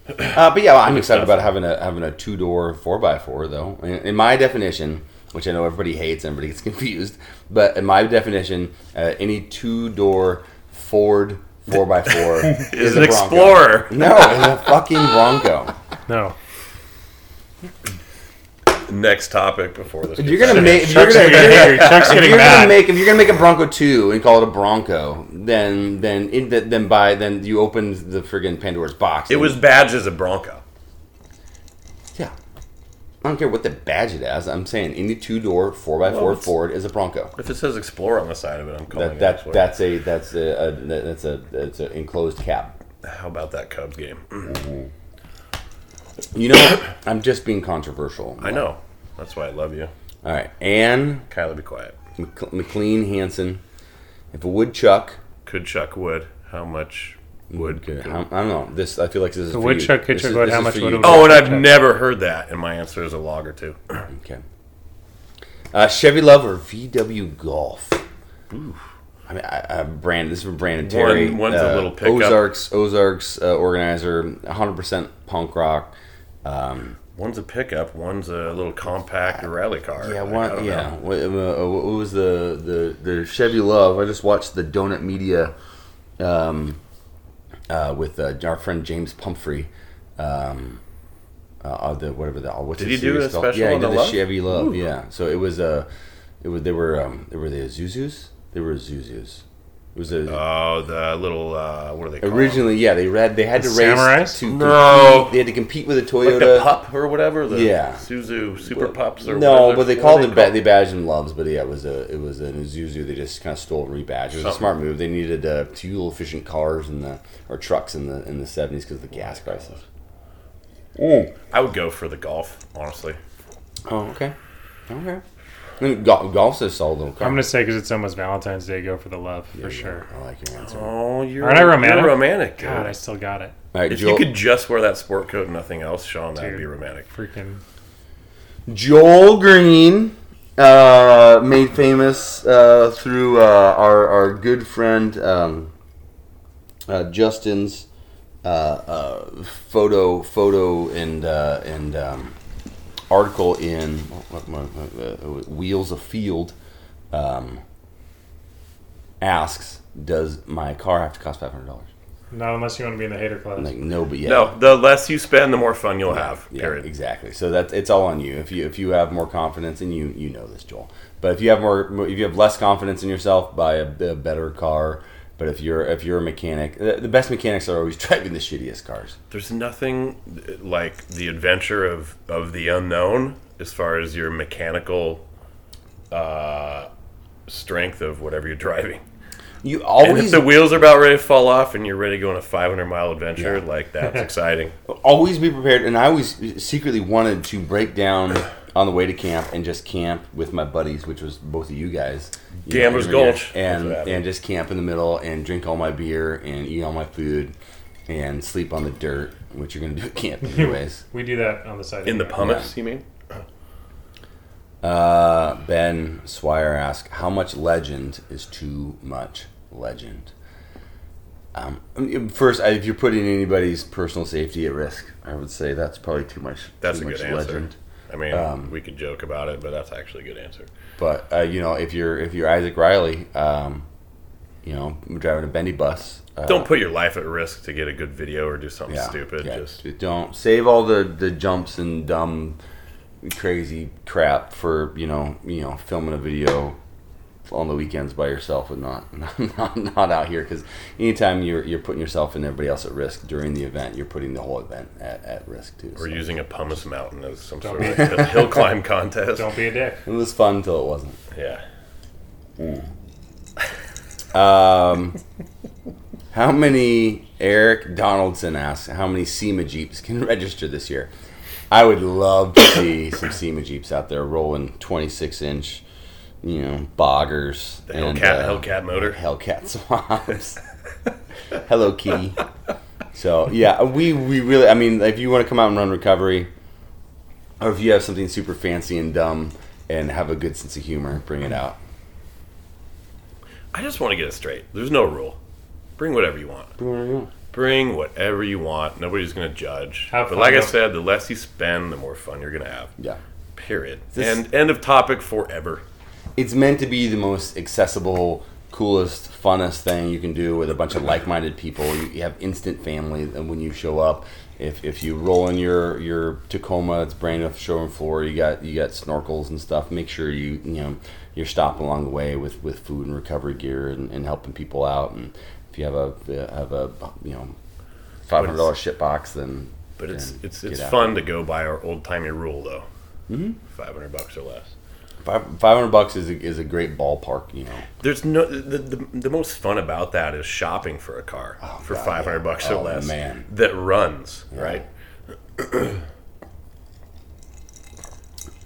A: Uh, but yeah, I'm excited about having a having a two door four x four though. In, in my definition, which I know everybody hates, everybody gets confused, but in my definition, uh, any two door Ford four x four
B: Is
A: is
B: an
A: a Bronco.
B: explorer.
A: No, it's a fucking Bronco.
C: No.
B: Next topic before this.
A: You're
B: gets-
A: gonna make. if You're
C: Chuck's
A: gonna,
C: getting angry. Chuck's
A: if
C: getting
A: you're gonna
C: mad.
A: make if you're gonna make a Bronco two and call it a Bronco, then then it, then- then by then you opened the friggin' Pandora's box.
B: It was badged as a Bronco.
A: yeah. I don't care what the badge it has. I'm saying any two door four x
B: Well,
A: four
B: it's- Oh
A: Ford is a Bronco.
B: If it says Explorer on the side of it, I'm calling
A: That,
B: it
A: that
B: Explorer.
A: that's a that's a, a that's a that's an enclosed cab.
B: How about that Cubs game?
A: You know, I'm just being controversial.
B: I know. That's why I love you.
A: All right, Anne
B: Kyler, be quiet.
A: Mc- McLean Hansen. If a woodchuck
B: Could chuck wood. How much wood?
A: Okay, how- I don't know. This I feel like this is for
C: woodchuck
A: you.
C: could
A: This
C: chuck
A: is-
C: wood,
A: this
C: how
A: is
C: much
A: for
C: wood
A: you.
C: it
B: Oh, and I've never heard that, and my answer is a log or two.
A: Okay. Uh, Chevy Love or VW Golf? I mean, I, I, Brand. This is from Brandon Terry.
B: one's a
A: uh,
B: little pickup.
A: Ozarks, Ozarks uh, organizer, 100% punk rock. Um,
B: One's a pickup, one's a little compact rally car.
A: yeah,
B: Like, I
A: one,
B: don't
A: yeah.
B: know.
A: What, uh, what was the, the the Chevy Love? I just watched the Donut Media um, uh, with uh, our friend James Pumphrey. Um, uh, uh, the whatever the what's
B: Did
A: the
B: he do
A: series
B: a
A: called?
B: special
A: Yeah, he
B: on
A: did
B: the
A: the
B: Love?
A: Chevy Love. Yeah, so it was uh, it was they were um, they were the Zuzus. They were Zuzus. It was a,
B: Oh, the little uh, what are they called?
A: originally yeah they had they had
C: The
A: to race
C: Samurais?
A: to
B: No.
A: compete- they had to compete with a
B: like
A: Toyota.
B: the pup or whatever. The
A: Yeah.
B: Suzu Super Pups or
A: No,
B: whatever.
A: but they
B: What
A: called
B: are
A: it. Ba- they badged them loves, but yeah, it was a it was an Isuzu. They just kind of stole and rebadged. It was a
B: Something.
A: smart move. They needed uh, fuel efficient cars in the or trucks in the in the seventies because of the gas crisis.
B: I would go for the golf, honestly.
A: Oh, okay, okay. I mean, go- golf's a solid little car.
C: I'm going to say because it's almost Valentine's Day, go for the love for sure.
A: I like your answer. All
B: Oh, you're
C: Aren't I romantic?
B: You're romantic. dude.
C: God, I still got it.
A: right,
B: if
A: Joel,
B: you could just wear that sport coat and nothing else, Sean, that'd
C: Dude.
B: be romantic.
C: Freaking.
A: Joel Green, uh, made famous uh, through uh, our our good friend um, uh, Justin's uh, uh, photo photo and uh, and um, article in what- what- what- uh, Wheels of Field um, asks, "Does my car have to cost five hundred dollars?"
C: Not unless you want to be in the hater class.
A: Like no, but yeah.
B: No, the less you spend, the more fun you'll have.
A: Yeah,
B: period.
A: exactly. So that's it's all on you. If you if you have more confidence, and you you know this, Joel. But if you have more, more- if you have less confidence in yourself, buy a, a better car. But if you're if you're a mechanic, the, the best mechanics are always driving the shittiest cars.
B: There's nothing uh, like the adventure of of the unknown as far as your mechanical uh, strength of whatever you're driving.
A: You
B: And if
A: always
B: the wheels are about ready to fall off and you're ready to go on a 500 mile adventure,
A: Yeah.
B: like that's exciting.
A: always be prepared. And I always secretly wanted to break down on the way to camp and just camp with my buddies, which was both of you guys. You know,
B: Gambler's
A: every year.
B: Gulch.
A: and
B: That's what happened.
A: and just camp in the middle and drink all my beer and eat all my food and sleep on the dirt, which you're gonna do at camp anyways.
C: We do that on the side.
B: In the
C: pump.
B: pumice, you mean?
A: Uh, ben Swire asks, "How much legend is too much legend?" Um, I mean, first, I- if you're putting anybody's personal safety at risk, I would say that's probably too much.
B: That's
A: too
B: a good
A: much
B: answer. I mean,
A: Um,
B: we could joke about it, but that's actually a good answer.
A: But uh, you know, if you're if you're Isaac Riley, um, you know, driving a bendy bus, uh,
B: Don't put your life at risk to get a good video or do something stupid.
A: yeah,
B: Just
A: don't save all the the jumps and dumb, crazy crap for you know you know filming a video on the weekends by yourself and not not, not out here because anytime you're you're putting yourself and everybody else at risk during the event, you're putting the whole event at, at risk too. so.
B: we're using a pumice mountain as some
C: Don't
B: sort of like hill climb contest.
C: Don't be a dick.
A: It was fun until it wasn't.
B: Yeah.
A: Um, how many Eric Donaldson asks? How many SEMA Jeeps can register this year? I would love to see some SEMA Jeeps out there rolling 26 inch, you know, boggers.
B: The
A: uh,
B: Hellcat, Hellcat motor.
A: Hellcat swabs. Hello Kitty. So yeah, we we really. I mean, if you want to come out and run recovery, or if you have something super fancy and dumb and have a good sense of humor, bring it out.
B: I just want to get it straight. There's no rule. Bring whatever you want. Bring whatever you want. Nobody's going to judge.
C: Have
B: but
C: fun,
B: like I
C: though.
B: said, the less you spend, the more fun you're going to have.
A: Yeah.
B: Period.
A: This-
B: and end of topic forever.
A: it's meant to be the most accessible, coolest, funnest thing you can do with a bunch of like-minded people. You, you have instant family when you show up. If, if you roll in your, your Tacoma, it's brand new showroom floor. You got you got snorkels and stuff. Make sure you you know you're stopping along the way with, with food and recovery gear and, and helping people out. And if you have a have a you know five hundred dollar shit box, then
B: But it's
A: then
B: it's
A: get Mm-hmm.
B: it's
A: after
B: fun to go by our old timey rule though. Five hundred bucks or less.
A: Five hundred bucks is a, is a great ballpark. You know,
B: There's no the, the, the most fun about that is shopping for a car for
A: God,
B: five hundred bucks
A: Oh,
B: or less
A: man.
B: that runs right.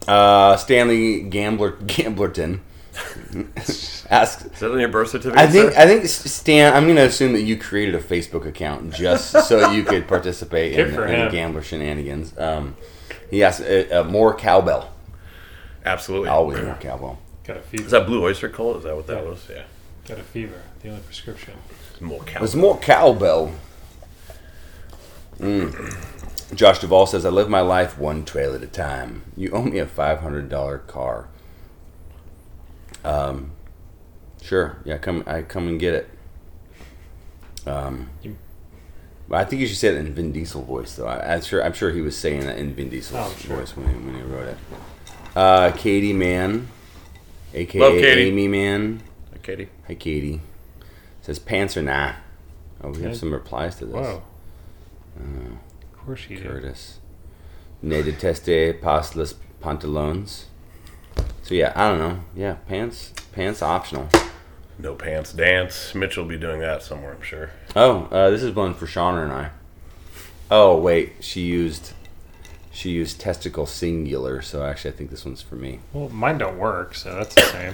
A: Uh, Stanley Gambler Gamblerton asks.
B: Is that on your birth certificate?
A: I think
B: sir?
A: I think Stan. I'm going to assume that you created a Facebook account just so you could participate in,
C: Good for
A: in the
C: him.
A: gambler shenanigans. Um, he asked uh, uh, more cowbell.
B: absolutely.
A: Always more cowbell.
C: Got a
B: Is
C: fever.
B: that Blue Oyster Cult? Is that what that was? Yeah.
C: Got a fever. The only prescription.
B: More cow.
A: There's more cowbell. Mm. Josh Duvall says, "I live my life one trail at a time. You owe me a five hundred dollar car. Um, sure, yeah, come, I come and get it. Um,
C: You-
A: I think you should say it in Vin Diesel voice, though. I, I'm sure, I'm sure he was saying that in Vin Diesel's
C: Oh, sure.
A: voice when he, when he wrote it. Uh, Katie Man, aka
B: Love Katie.
A: Amy Man."
B: Katie.
A: Hi, Katie. Says pants or nah? Oh, we have
C: Okay.
A: some replies to this.
C: Whoa.
A: Uh,
C: Of course you did.
A: Curtis. Ne deteste pas les pantalones. So yeah, I don't know. Yeah, pants. Pants optional.
B: No pants dance. Mitch will be doing that somewhere, I'm sure.
A: Oh, uh, this is one for Shauna and I. Oh wait, she used she used testicle singular. So actually, I think this one's for me.
C: Well, mine don't work, so that's the same.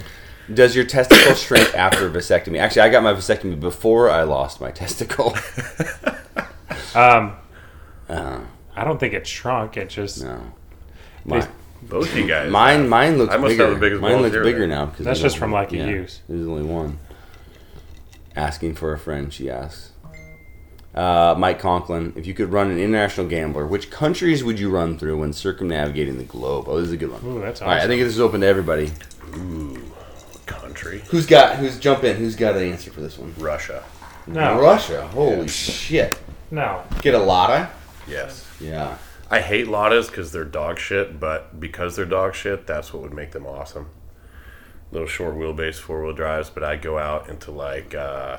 A: Does your testicle shrink after a vasectomy? Actually, I got my vasectomy before I lost my testicle.
C: Um,
A: Oh,
C: I don't think it shrunk. It just
A: no. My-
B: Both you guys.
A: Mine, mine looks
B: I must
A: bigger.
B: have the biggest
A: mine
B: balls
A: looks
B: here
A: bigger
B: then.
A: now because
C: That's just from lack of
A: yeah,
C: use.
A: There's only one. Asking for a friend, she asks. Uh, Mike Conklin, if you could run an international gambler, which countries would you run through when circumnavigating the globe? Oh, this is a good one.
C: Ooh, that's
A: All right, I
C: awesome.
A: think this is open to everybody.
B: Ooh, country.
A: Who's got? Who's jump in? Who's got an answer for this one?
B: Russia.
C: no,
A: Russia. Holy shit!
C: no.
A: Get a lotta.
B: Yes.
A: Yeah.
B: I hate Lottas because they're dog shit, but because they're dog shit, that's what would make them awesome. Little short wheelbase four wheel drives, but I'd go out into like uh,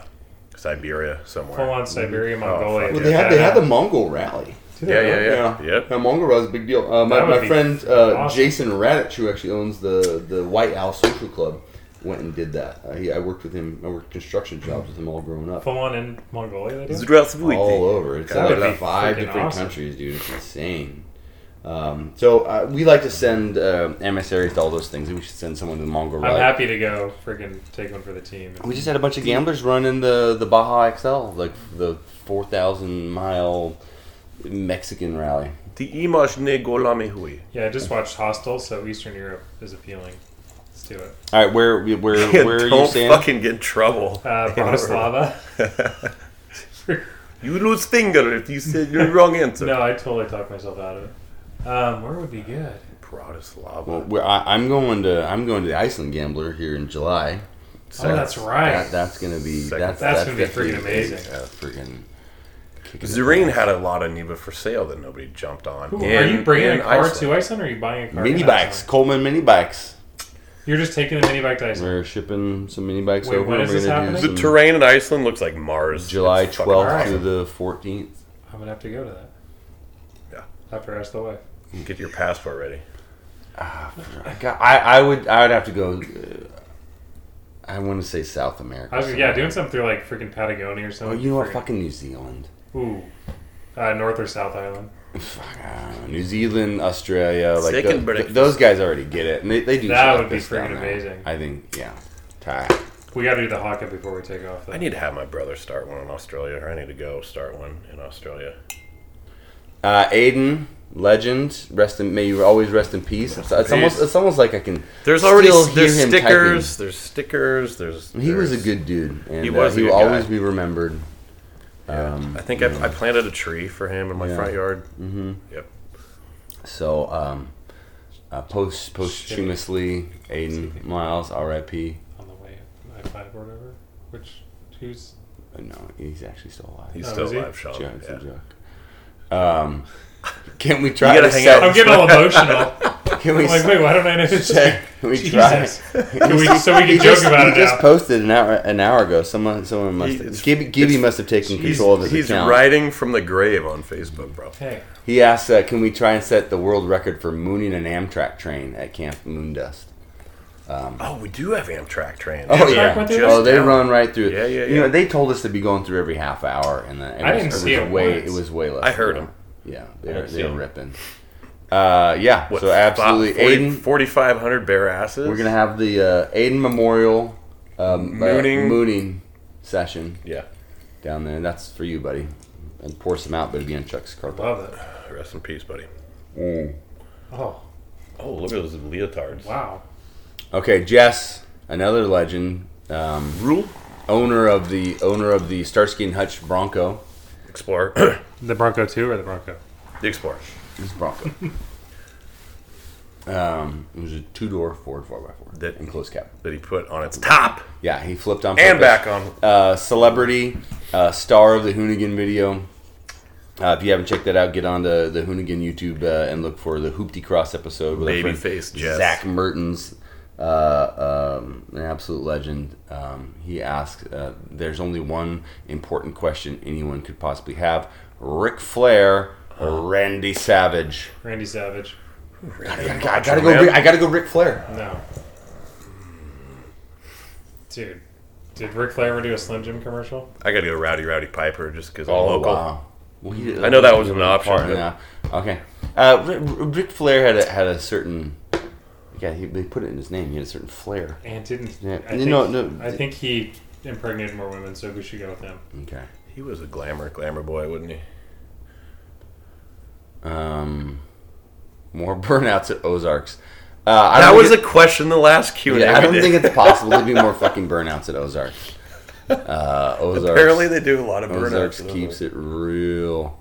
B: Siberia somewhere.
C: Full on Siberia,
B: Oh, fuck
C: Mongolia.
B: yeah.
A: Well, they had they had the Mongol rally.
B: Yeah, yeah, yeah. Yep.
A: Yeah, Mongol Row's a big deal. Uh, my
C: That would
A: my
C: be
A: friend uh,
C: awesome.
A: Jason Radich, who actually owns the, the White Owl Social Club, went and did that. Uh, he, I worked with him. I worked construction jobs with him all growing up.
C: Full on in Mongolia. They do?
B: Zdravstvuyte.
A: All over. It's
B: That
A: like
C: would be
A: five
C: freaking
A: different
C: awesome.
A: countries, dude. It's insane. Um, so uh, we like to send uh, emissaries to all those things. and We should send someone to the Mongol
C: I'm
A: Rally.
C: happy to go friggin' take one for the team.
A: We just had a bunch of gamblers running the the Baja XL, like the four thousand mile Mexican rally.
B: The image ne golame hui.
C: Yeah, I just watched Hostel, so Eastern Europe is appealing. Let's do it.
A: All right, where where
B: Yeah,
A: where are you
B: don't
A: standing?
B: fucking get in trouble.
C: Uh, Bratislava.
B: You lose finger if you said your wrong answer.
C: no, I totally talked myself out of it. Um, where would be good?
B: Bratislava.
A: Well, we're, I, I'm going to I'm going to the Iceland Gambler here in July.
C: Oh, that's right.
A: That, that's gonna be
B: Second.
A: that's,
C: That's gonna be
A: definitely
C: freaking
A: gonna
C: amazing.
A: uh, freaking kicking it.
B: Zareen had a lot of Neva for sale that nobody jumped on.
C: Ooh,
B: in-
C: are you bringing
B: in
C: a car
B: Iceland.
C: to Iceland, or are you buying a car?
A: mini
C: in
A: bikes,
C: Iceland?
A: Coleman mini bikes.
C: You're just taking the mini bike to Iceland.
A: We're shipping some mini bikes
C: Wait,
A: over.
C: when
A: We're
C: is this
A: gonna do
C: happening?
B: The
A: some
B: terrain in Iceland looks like Mars.
A: July
B: It's fucking
A: 12th
B: awesome.
A: to the 14th.
C: I'm gonna have to go to that.
B: Yeah.
C: I have to ask the wife.
B: Get your passport ready.
A: Ah, I, got- I I would I would have to go. uh, I want to say South America.
C: I was, yeah, doing something through like freaking Patagonia or
A: Oh,
C: something.
A: you know what?
C: Freaking-
A: Fucking New Zealand.
C: Ooh. Uh, North or South Island.
A: Fuck, I don't know. New Zealand, Australia, like
B: Sick and
A: tho-
B: breakfast.
A: th- those guys already get it, and they, they do.
C: That
A: shit like
C: would be
A: this down
C: freaking
A: there.
C: amazing.
A: I think, yeah. Ty,
C: We got to do the Haka before we take off. Though.
B: I need to have my brother start one in Australia, or I need to go start one in Australia.
A: uh, Aiden, legend. Rest in may you always rest in peace. It's, it's
B: Peace.
A: almost it's almost like I can.
B: There's already
A: still hear
B: there's
A: him
B: stickers, there's stickers, there's.
A: typing. He was a
B: there's-
A: good dude, and
B: He
A: uh,
B: was a
A: he
B: good
A: will always
B: guy.
A: be remembered.
B: Yeah.
A: Um,
B: I think I, I planted a tree for him in my
A: Yeah.
B: front yard. Mm-hmm. Yep.
A: So, um, uh, post posthumously, Aiden Miles, R.I.P.
C: On the way up, I five or whatever. Which who's
A: Uh, No, he's actually still alive.
B: He's
C: Oh,
B: still
C: is he?
B: alive, Sean.
A: Yeah, it's
B: Yeah.
A: a joke. Um, can we try
B: gotta
A: to
B: hang
A: set?
C: I'm getting all emotional.
A: Can we
C: I'm like,
A: s-
C: wait, why don't I know this?
A: check? Can we try?
C: Jesus. Can we, so we
A: He
C: can joke
A: just,
C: about
A: he
C: it
A: just
C: now.
A: posted an hour an hour ago. Someone someone must
B: He-
A: have,
B: it's-
A: Gibby, Gibby
B: it's-
A: must have taken
B: He's,
A: control of his
B: he's
A: account.
B: writing from the grave on Facebook, bro.
C: hey,
A: He asked, uh, "Can we try and set the world record for mooning an Amtrak train at Camp Moondust?"
B: Oh, we do have Amtrak trains.
A: Oh
C: Amtrak
A: yeah.
C: went through
A: Oh,
C: this?
A: they run right through. it.
B: Yeah, yeah,
A: You
B: yeah.
A: know, they told us to be going through every half hour, and then it
C: I
A: was,
C: didn't
A: it
C: see
A: was
C: it
A: way.
C: once.
A: It was way less.
B: I heard
A: than
B: 'em.
A: that. Yeah, they're
B: didn't see
A: they're
B: 'em.
A: ripping. Uh, yeah.
B: What,
A: so absolutely,
B: fi- 40
A: Aiden.
B: 4,500 bare asses.
A: We're gonna have the uh, Aiden Memorial um, mooning.
B: Mooning.
A: mooning session
B: Yeah.
A: down there. That's for you, buddy. And pour some out, but it'd be in Chuck's carpet.
C: love it.
B: Rest in peace, buddy.
C: Oh,
B: Oh, look at those leotards.
C: wow.
A: Okay, Jess, another legend, um,
B: Rule.
A: owner of the owner of the Starsky and Hutch Bronco.
B: Explorer. the
C: The Bronco 2 or the Bronco?
B: Explorer.
A: It's Bronco. um, it was a two door Ford four x four
B: That-
A: in closed cab.
B: That he put on its top
A: Yeah, he flipped on
B: and
A: purpose.
B: back on.
A: uh, celebrity, uh, star of the Hoonigan video. Uh, if you haven't checked that out, get on the, the Hoonigan YouTube uh, and look for the Hoopty Cross episode with our friend
B: Babyface Jess.
A: Zach Mertens, uh, um, an absolute legend. Um, he asked, uh, "There's only one important question anyone could possibly have: Ric Flair or Randy Savage?"
C: Randy Savage.
A: I, I gotta go. Ric- I gotta go. Ric Flair.
C: No. Mm. Dude, did Ric Flair ever do a Slim Jim commercial?
B: I gotta go Rowdy Rowdy Piper just because I'm
A: Oh,
B: local.
A: Well, he-
B: Oh, I know that was an option,
A: Part,
B: but-
A: yeah. Okay. Uh, Ric, Ric Flair had a, had a certain. Yeah, he, they put it in his name. He had a certain flair.
C: And didn't.
A: Yeah.
C: I think,
A: No, no.
C: I think he impregnated more women, so we should go with him.
A: Okay.
B: He was a glamour, glamour boy, wouldn't he?
A: Um, more burnouts at Ozarks. Uh, I
B: That
A: don't
B: was
A: think
B: a question the last Q
A: it-
B: and A.
A: yeah, I don't
B: we
A: think
B: did.
A: it's possible to be more fucking burnouts at Ozarks. Uh, Ozarks.
B: Apparently, they do a lot of
A: Ozarks
B: burnouts.
A: keeps it real.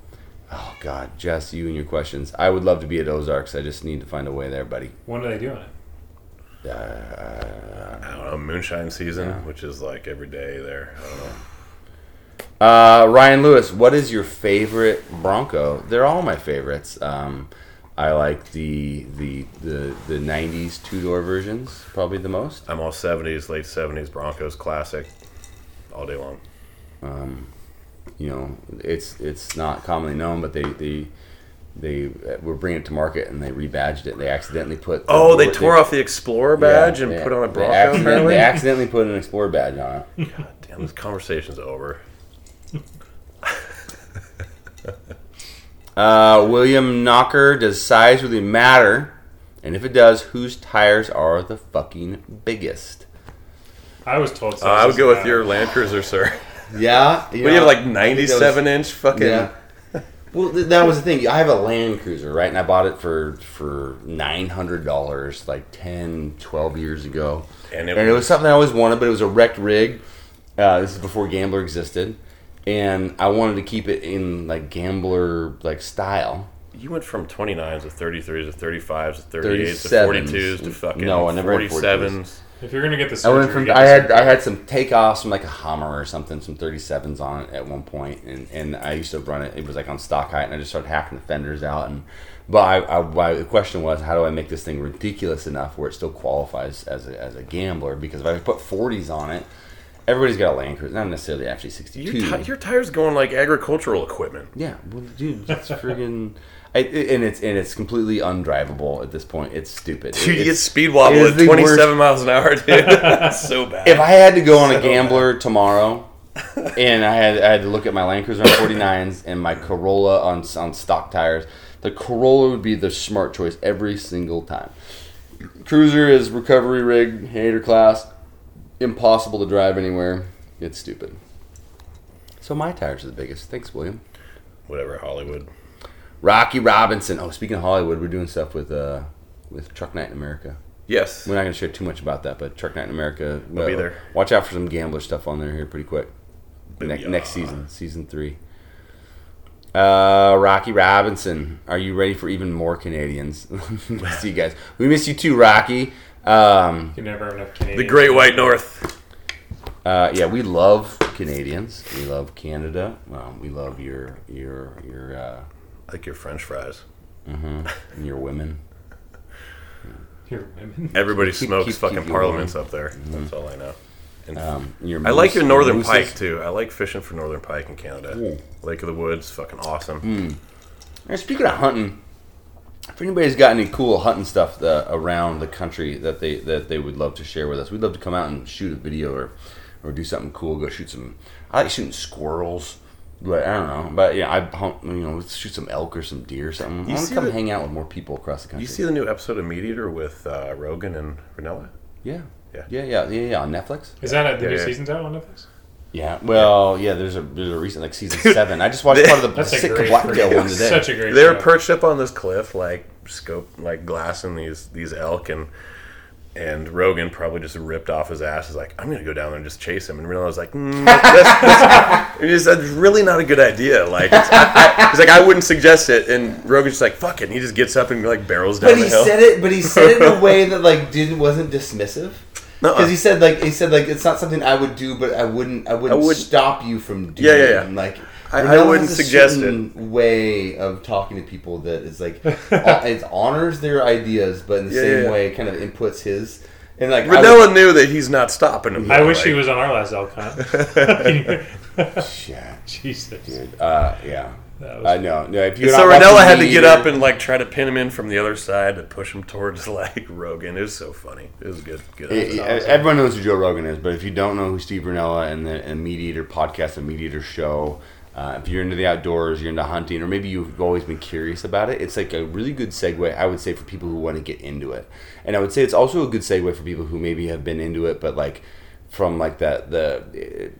A: Oh God, Jess, you and your questions. I would love to be at Ozarks. I just need to find a way there, buddy.
C: When are they doing it?
A: Uh,
B: I don't know moonshine season, which is like every day there. I don't know.
A: Uh, Ryan Lewis, what is your favorite Bronco? They're all my favorites. Um, I like the the the the '90s two door versions probably the most.
B: I'm all '70s, late '70s Broncos classic, all day long.
A: You know, it's it's not commonly known, but they they they uh, were bringing it to market and they rebadged it. They accidentally put the
B: Oh, they
A: bullet-
B: tore off the Explorer badge
A: yeah,
B: and
A: they-
B: put on a
A: they
B: Bronco.
A: accident-
B: apparently?
A: they accidentally put an Explorer badge on it.
B: God damn, this conversation's over.
A: Uh, William Knocker, does size really matter? And if it does, whose tires are the fucking biggest?
C: I was told so.
B: Uh, I would go with your Land Cruiser, sir.
A: Yeah,
B: We have like 97 inch fucking.
A: Yeah. Well, th- that was the thing. I have a Land Cruiser, right? And I bought it for for nine hundred dollars, like 10, 12 years ago.
B: And
A: And
B: it
A: it, was something I always wanted, but it was a wrecked rig. Uh, this is before Gambler existed, and I wanted to keep it in like Gambler like style.
B: You went from 29s to 33s to 35s to 38s to
A: 37s.
B: 42s to fucking
A: No, I never had
B: 47s.
C: If you're going to get the
A: I
C: surgery,
A: went from
C: get
A: I
C: the
A: had
C: surgery.
A: I had some takeoffs from like a Hummer or something, some 37s on it at one point, and and I used to run it. It was like on stock height, and I just started hacking the fenders out. And but I, I why, the question was, how do I make this thing ridiculous enough where it still qualifies as a, as a gambler? Because if I put 40s on it. Everybody's got a Land Cruiser, not necessarily actually 62.
B: Your, ti- your tires going like agricultural equipment.
A: yeah, well, dude, that's friggin'. I, it- and it's and it's completely undrivable at this point. It's stupid.
B: Dude, you
A: It-
B: get
A: it's-
B: speed
A: it
B: wobble
A: is
B: at
A: the
B: 27 miles an hour, dude. That's so bad.
A: if I had to go on a gambler tomorrow, and I had I had to look at my Land Cruiser on 49s and my Corolla on on stock tires, the Corolla would be the smart choice every single time. Cruiser is recovery rig, hater class, impossible to drive anywhere. It's stupid. So my tires are the biggest. Thanks, William.
B: Whatever, Hollywood.
A: Rocky Robinson. Oh, speaking of Hollywood, we're doing stuff with uh with Truck Night in America.
B: Yes.
A: We're not going to share too much about that, but Truck Night in America. uh,
B: We'll be there.
A: Watch out for some gambler stuff on there here pretty quick. Ne-
B: Booyah.
A: next season, season three. Uh, Rocky Robinson, are you ready for even more Canadians? miss you guys. We miss you too, Rocky. Um,
C: You never have enough Canadian.
B: The Great White North.
A: uh, yeah, we love Canadians. We love Canada. Um, we love your your your uh,
B: I like your French fries.
A: your women.
C: Your women.
B: Everybody
A: Keep-
B: smokes
A: keep- keep
B: fucking
A: you
B: parliaments up there. That's all I know. And
A: Um, your
B: I like
A: moose-
B: your northern
A: mooses.
B: pike too. I like fishing for northern pike in Canada.
A: Ooh. Mm.
B: Lake of the Woods, fucking awesome.
A: And speaking of hunting, if anybody's got any cool hunting stuff uh, around the country that they that they would love to share with us, we'd love to come out and shoot a video or or do something cool. Go shoot some. I like shooting squirrels. But I don't know. But yeah, I hunt. You know, let's shoot some elk or some deer or something.
B: You
A: I want
B: see
A: to come
B: the-
A: hang out with more people across the country.
B: You see the new episode of Meat Eater with uh, Rogan and Renella?
A: yeah.
B: Yeah.
A: yeah, yeah, yeah, yeah, On Netflix.
C: Is that a, the
B: Yeah,
C: new
B: yeah.
C: season's out on Netflix?
A: Yeah. Well, yeah. There's a there's a recent like season seven. I just watched part of the
C: That's a
A: sick
C: great.
A: blacktail one today.
C: Such a great.
B: They were
C: show.
B: perched up on this cliff, like scope, like glassing these these elk, and and Rogan probably just ripped off his ass. Is like, I'm gonna go down there and just chase him. And Renella was like, mm, that's, that's, it's- that's really not a good idea. Like, it's, I, I, he's like, I wouldn't suggest it. And Rogan's just like, fuck it. And he just gets up and like barrels down
A: But
B: the
A: he
B: hill.
A: said it. But he said it in a way that like didn't wasn't dismissive.
B: Nuh-uh.
A: Because he said like he said like it's not something I would do, but I wouldn't I wouldn't
B: would-
A: stop you from doing.
B: Yeah, yeah, yeah.
A: it. And, Like
B: I- I
A: Ronaldo
B: wouldn't
A: has a
B: suggest
A: certain Way of talking to people that is like hon- it honors their ideas, but in the
B: Yeah,
A: same
B: yeah, yeah.
A: way kind of inputs his. And like I would-
B: Renella knew that he's not stopping him.
C: I wish
B: Like,
C: he was on our last elk hunt.
A: yeah,
C: Jesus,
A: dude, uh, yeah.
C: that was
A: I know. No, if you're
B: So
A: not
B: Renella
A: watching
B: had to
A: me
B: get
A: either-
B: up and like try to pin him in from the other side to push him towards like Rogan. It was so funny. It was good. Good.
A: Yeah, yeah, Everyone knows who Joe Rogan is, but if you don't know who Steve Brunella and the and Meat Eater podcast and Meat Eater show, uh, if you're into the outdoors, you're into hunting, or maybe you've always been curious about it, it's like a really good segue, I would say, for people who want to get into it. And I would say it's also a good segue for people who maybe have been into it, but like from like that the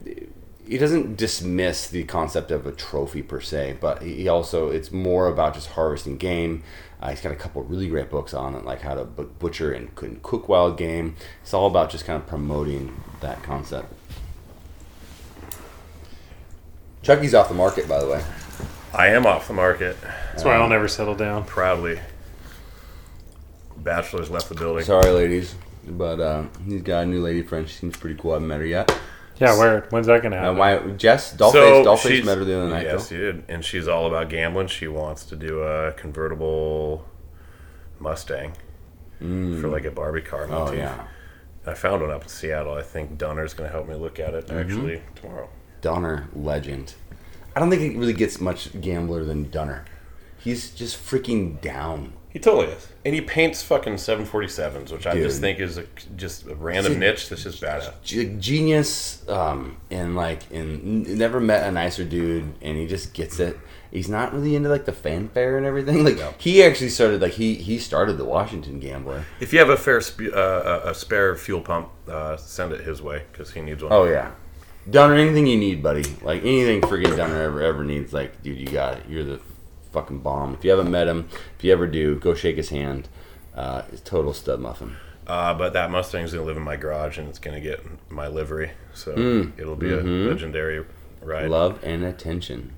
A: he doesn't dismiss the concept of a trophy per se, but he he also it's more about just harvesting game. Uh, he's got a couple really great books on it, like how to bu- butcher and, c- and cook wild game. It's all about just kind of promoting that concept. Chucky's off the market, by the way.
B: I am off the market
C: that's why I'll never settle down.
B: proudly. Bachelor's left the building.
A: Sorry, ladies, but uh, he's got a new lady friend. She seems pretty cool. I haven't met her yet.
C: Yeah, where? When's that gonna
A: Uh,
C: happen?
A: my Jess Dollface, Dollface
B: she's-
A: met her the other night.
B: Yes,
A: though.
B: she did, and she's all about gambling. She wants to do a convertible Mustang for like a Barbie car.
A: Oh
B: motif.
A: yeah,
B: I found one up in Seattle. I think Dunner's going to help me look at it actually tomorrow.
A: Donner legend. I don't think it really gets much gambler than Dunner. He's just freaking down.
B: He totally is, and he paints fucking 747s, which I
A: Dude.
B: just think is a, just a random niche that's just badass.
A: G- genius, um, and like, and n- never met a nicer dude. And he just gets it. He's not really into like the fanfare and everything. Like he actually started, like he he started the Washington Gambler.
B: If you have a fair sp- uh, uh, a spare fuel pump, uh, send it his way because he needs one.
A: Oh yeah, Dunner, anything you need, buddy. Like anything freaking Dunner ever ever needs. Like, dude, you got it. You're the fucking bomb. If you haven't met him, if you ever do, go shake his hand. Uh, it's total stud muffin.
B: Uh, but that Mustang's gonna live in my garage, and it's gonna get my livery, so it'll be a legendary ride.
A: Love and attention.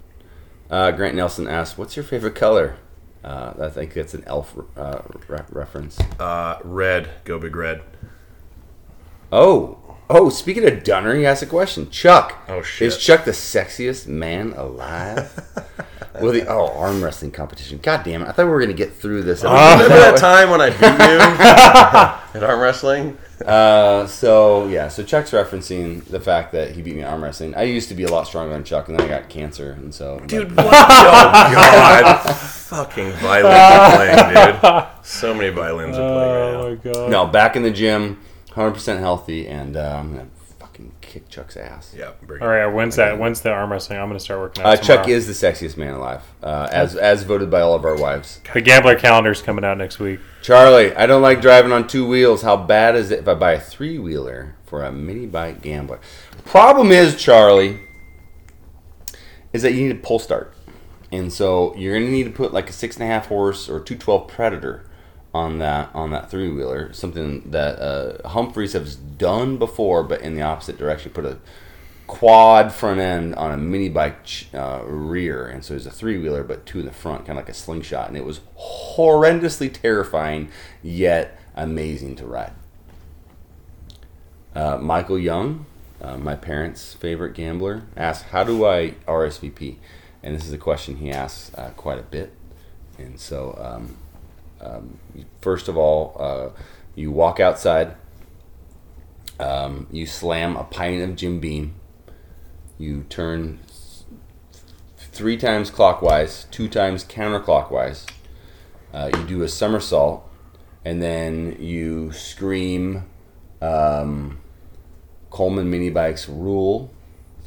A: Uh, Grant Nelson asks, "What's your favorite color?" Uh, I think that's an elf uh, re- reference.
B: Uh, red, go big red.
A: Oh, oh! Speaking of Dunner, he asked a question. Chuck.
B: Oh, shit.
A: Is Chuck the sexiest man alive? Well, the oh arm wrestling competition. God damn it! I thought we were gonna get through this.
B: Remember that time when I beat you at arm wrestling?
A: Uh, so yeah, so Chuck's referencing the fact that he beat me in arm wrestling. I used to be a lot stronger than Chuck, and then I got cancer, and so
B: Dude, what? oh god, fucking violins are playing, dude. So many violins are playing
C: Oh
B: right
C: my
B: now.
C: god.
A: no, back in the gym, hundred percent healthy, and uh, I'm gonna fucking kick Chuck's ass.
B: Yeah, bring it.
C: All right. When's that? When's the arm wrestling? I'm gonna start working out.
A: Uh, Chuck
C: tomorrow.
A: is the sexiest man alive, uh, as as voted by all of our wives.
C: The gambler calendar's coming out next week.
A: Charlie, I don't like driving on two wheels. How bad is it if I buy a three wheeler for a mini bike gambler? Problem is, Charlie, is that you need a pull start. And so you're gonna need to put like a six and a half horse or two twelve predator on that on that three wheeler, something that uh, Humphreys has done before, but in the opposite direction. Put a quad front end on a mini bike ch- uh, rear, and so it's a three wheeler, but two in the front, kind of like a slingshot, and it was horrendously terrifying, yet amazing to ride. Uh, Michael Young, uh, my parents' favorite gambler, asked, "How do I RSVP?" And this is a question he asks uh, quite a bit, and so. Um, first of all, uh, you walk outside, um, you slam a pint of Jim Beam, you turn three times clockwise, two times counterclockwise, uh, you do a somersault, and then you scream um, Coleman Mini Bikes rule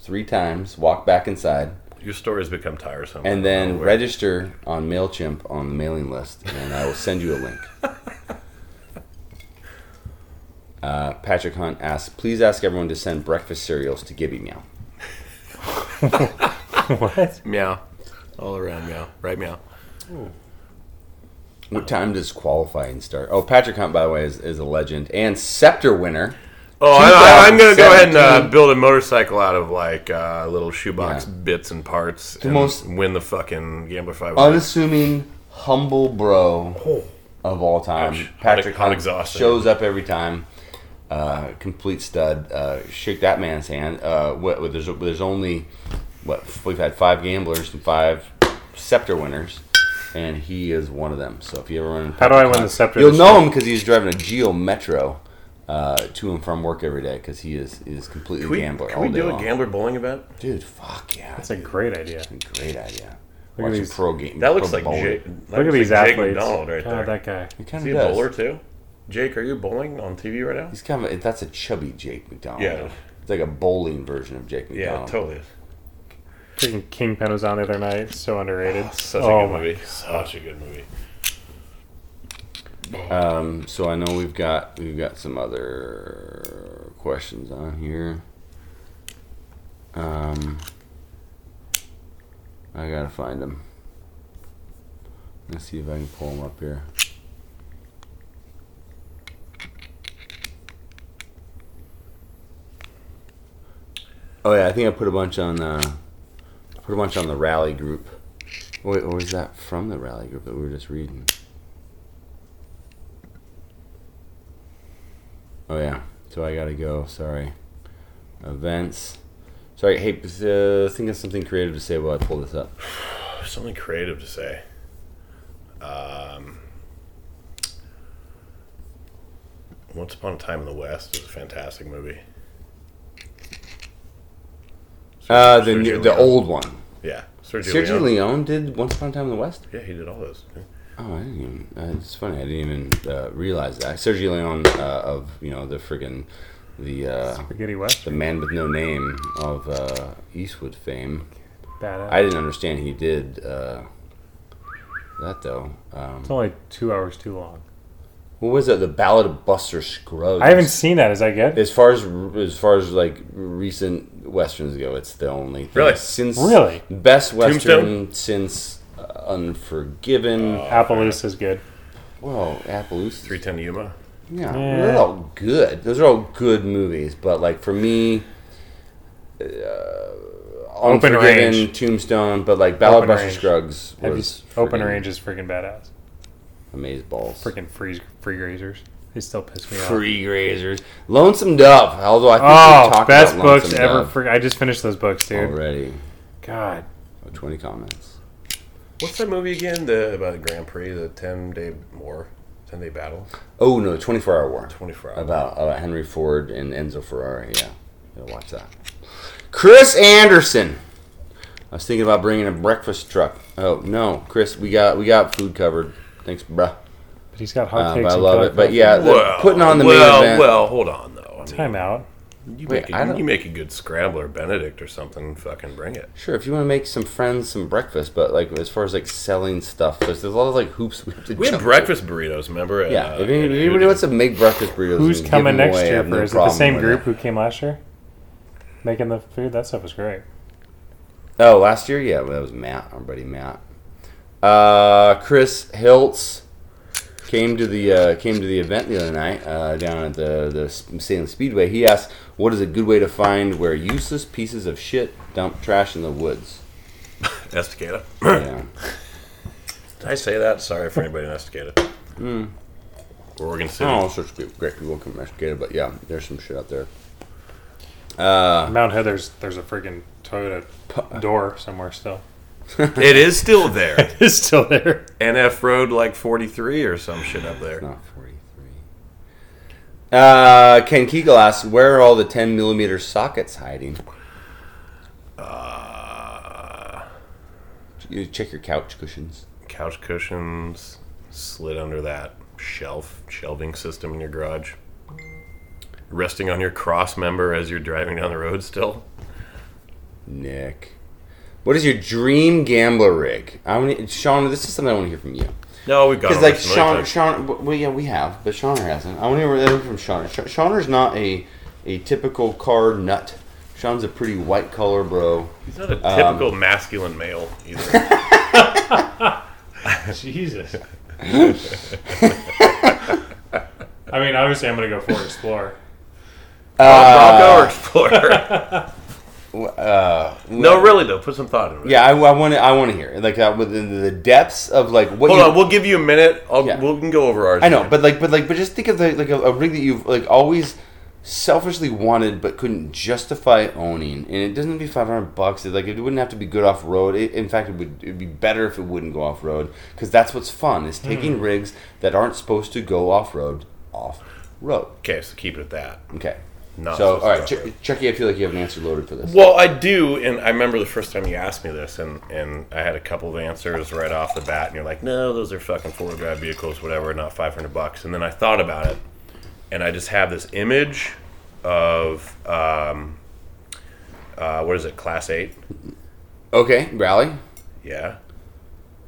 A: three times, walk back inside.
B: Your stories become tiresome.
A: And then
B: Oh, wait.
A: register on MailChimp on the mailing list, and I will send you a link. Uh, Patrick Hunt asks, please ask everyone to send breakfast cereals to Gibby Meow.
C: what?
B: meow, all around meow, right meow.
A: What time does qualifying start? Oh, Patrick Hunt, by the way, is, is a legend and scepter winner.
B: Oh, I, I, I'm gonna go ahead and uh,
A: 2017.
B: build a motorcycle out of like uh, little shoebox
A: Yeah.
B: bits and parts, and
A: most- Oh,
B: win the fucking Gambler Five.
A: Unassuming, humble bro
B: Oh.
A: of all time.
B: Ouch.
A: Patrick
B: Hot- hot
A: Hunt
B: exhausting.
A: shows up every time. Uh, complete stud. Uh, shake that man's hand. Uh, what, what- there's there's only what we've had five gamblers and five scepter winners, and he is one of them. So if you ever run, into
C: How do I
A: Patrick
C: win
A: Hunt,
C: the scepter
A: You'll
C: this
A: know
C: year?
A: him because he's driving a Geo Metro. Uh, to and from work every day because he is is completely
B: Can we,
A: gambler.
B: can
A: all
B: we
A: day
B: do a
A: long.
B: gambler bowling event?
A: Dude, fuck yeah,
C: That's a great idea.
A: great idea.
C: Look at
A: Watch a
C: these-
A: pro game.
B: That looks
A: pro
B: like
A: bowler.
B: Jake. that
C: Look at
B: looks
C: these
B: like Jake
C: athletes.
B: McDonald right
C: God,
B: there.
C: that guy.
A: It
B: Is
A: kind
B: he
A: of
B: a
A: does.
B: bowler too? Jake, are you bowling on TV right now?
A: He's kind of a, that's a chubby Jake McDonald.
B: Yeah.
A: it's like a bowling version of Jake
B: Yeah,
A: McDonald.
B: totally.
C: Freaking Kingpin was on the other night. So underrated.
B: Such
C: Oh
B: a good
C: my-
B: movie. Such a good movie.
A: Um, so I know we've got we've got some other questions on here. Um, I gotta find them. Let's see if I can pull them up here. Oh yeah, I think I put a bunch on. Uh, put a bunch on the rally group. Wait, what was that from the rally group that we were just reading? Oh yeah. So I gotta go. Sorry. Events. Sorry. Hey, uh, think of something creative to say while I pull this up.
B: Something creative to say. Um, Once Upon a Time in the West is a fantastic movie.
A: Uh, the new,
B: Sergio
A: the
B: Leone.
A: old one.
B: Yeah, Sergio,
A: Sergio
B: Leone.
A: Leone did Once Upon a Time in the West.
B: Yeah, he did all those.
A: Oh, I didn't even. Uh, it's funny. I didn't even uh, realize that Sergio Leone uh, of you know the friggin' the uh,
C: Spaghetti West.
A: the man with no name of uh, Eastwood fame.
C: Badass.
A: I didn't understand he did uh, that though. Um,
C: it's only two hours too long.
A: what was that? The Ballad of Buster Scruggs.
C: I haven't seen that. Is that good?
A: As far as as far as like recent westerns go, it's the only thing.
B: Really?
A: since
C: Really?
A: best western
B: Tombstone?
A: since uh, Unforgiven.
C: Uh, Appaloosa is good.
A: well, Appaloosa.
B: Three Ten to Yuma.
A: Yeah,
C: Yeah.
A: they're all good. Those are all good movies, but like for me, uh,
C: Open
A: Unforgiven,
C: Range.
A: Tombstone, but like Ballad of
C: Open
A: Buster
C: Range.
A: Scruggs
C: Have you
A: was
C: s- Open
A: friggin'
C: Range is freaking badass.
A: Amazeballs. balls.
C: Freaking freeze free grazers. They still piss me off.
A: Free grazers. Lonesome Dove. Although I think we
C: Oh,
A: talked
C: best
A: about
C: books
A: Lonesome
C: ever.
A: Dove
C: For, I just finished those books, dude.
A: already.
C: God.
A: Oh, Twenty comments.
B: What's that movie again? The about the Grand Prix, the ten day war, ten day battle,
A: Oh no, Twenty Four Hour War.
B: twenty four hours.
A: about about Henry Ford and Enzo Ferrari. Yeah, gotta watch that. Chris Anderson. I was thinking about bringing a breakfast truck. Oh no, Chris, we got we got food covered. Thanks, bruh.
C: But he's got
A: Uh,
C: hot
A: but
C: takes.
A: I
C: and
A: love
C: coffee.
A: it. But yeah, the-
B: well,
A: putting on the
B: well,
A: main event.
B: well, hold on though. I mean,
C: Time out.
B: You
A: Wait,
B: make
A: I
B: a,
A: don't-
B: you make a good scrambler Benedict or something. Fucking bring it.
A: Sure, if you want to make some friends, some breakfast. But like as far as like selling stuff, there's, there's a lot of like hoops we have to.
B: We had
A: jump
B: breakfast burritos. Remember? at,
A: through. Yeah,
B: uh,
A: if any- if
B: at
A: anybody
B: Hooters.
A: wants to make breakfast burritos,
C: Who's
A: and give
C: coming
A: them
C: next
A: away, I
C: year?
A: have no
C: Or is it the
A: problem
C: same
A: with
C: group
A: that.
C: who came last year? Making the food? That stuff was great.
A: Oh, last year, yeah, well, that was Matt, our buddy Matt. Uh, Chris Hiltz came to the uh, came to the event the other night uh, down at the the Salem Speedway. He asked, "What is a good way to find where useless pieces of shit dump trash in the woods?"
B: Estacada.
A: Yeah.
B: Did I say that? Sorry for anybody in Estacada. Oregon City.
A: Hmm. Oh, such great people can investigate it, but yeah, there's some shit out there. Uh.
C: Mount Heather's, there's a friggin' Toyota door somewhere still.
B: It is still there.
C: It's still there.
B: NF Road like 43 or some shit up there.
A: Not 43. Uh, Ken Kegel asks, "Where are all the 10 millimeter sockets hiding?"
B: Uh,
A: You check your couch cushions.
B: couch cushions slid under that shelf shelving system in your garage. Resting on your cross member as you're driving down the road still.
A: Nick. What is your dream gambler rig? I want Sean. This is something I want to hear from you
B: No, we've got
A: because like Sean, Sean, well, yeah, we have, but Sean hasn't. I want to hear from Sean. Sh- Sean's not a a typical car nut. Sean's a pretty white collar bro.
B: He's not a typical
A: Um,
B: masculine male either.
C: Jesus. I mean, obviously, I'm going to go for Explorer.
B: Bronco or Explorer?
A: Uh,
B: no, really though. Put some thought into it.
A: yeah, I, want to. I want to hear it. like uh, within the depths of like what.
B: Hold
A: you,
B: on, we'll give you a minute. I'll,
A: Yeah.
B: We can go over ours.
A: I know,
B: later.
A: but like, but like, but just think of the, like a, a rig that you've like always selfishly wanted but couldn't justify owning, and it doesn't have to be five hundred bucks. It, like it wouldn't have to be good off road. It, in fact, it would it'd be better if it wouldn't go off road because that's what's fun is
B: Hmm.
A: taking rigs that aren't supposed to go off road off road.
B: Okay, so keep it at that.
A: Okay.
B: Not
A: so,
B: supposed
A: all
B: to
A: right,
B: go
A: Ch- Chucky, I feel like you have an answer loaded for this.
B: Well, I do, and I remember the first time you asked me this, and, and I had a couple of answers right off the bat, and you're like, no, those are fucking four wheel drive vehicles, whatever, not 500 bucks. And then I thought about it, and I just have this image of, um, uh, what is it, Class 8?
A: Okay, rally.
B: Yeah.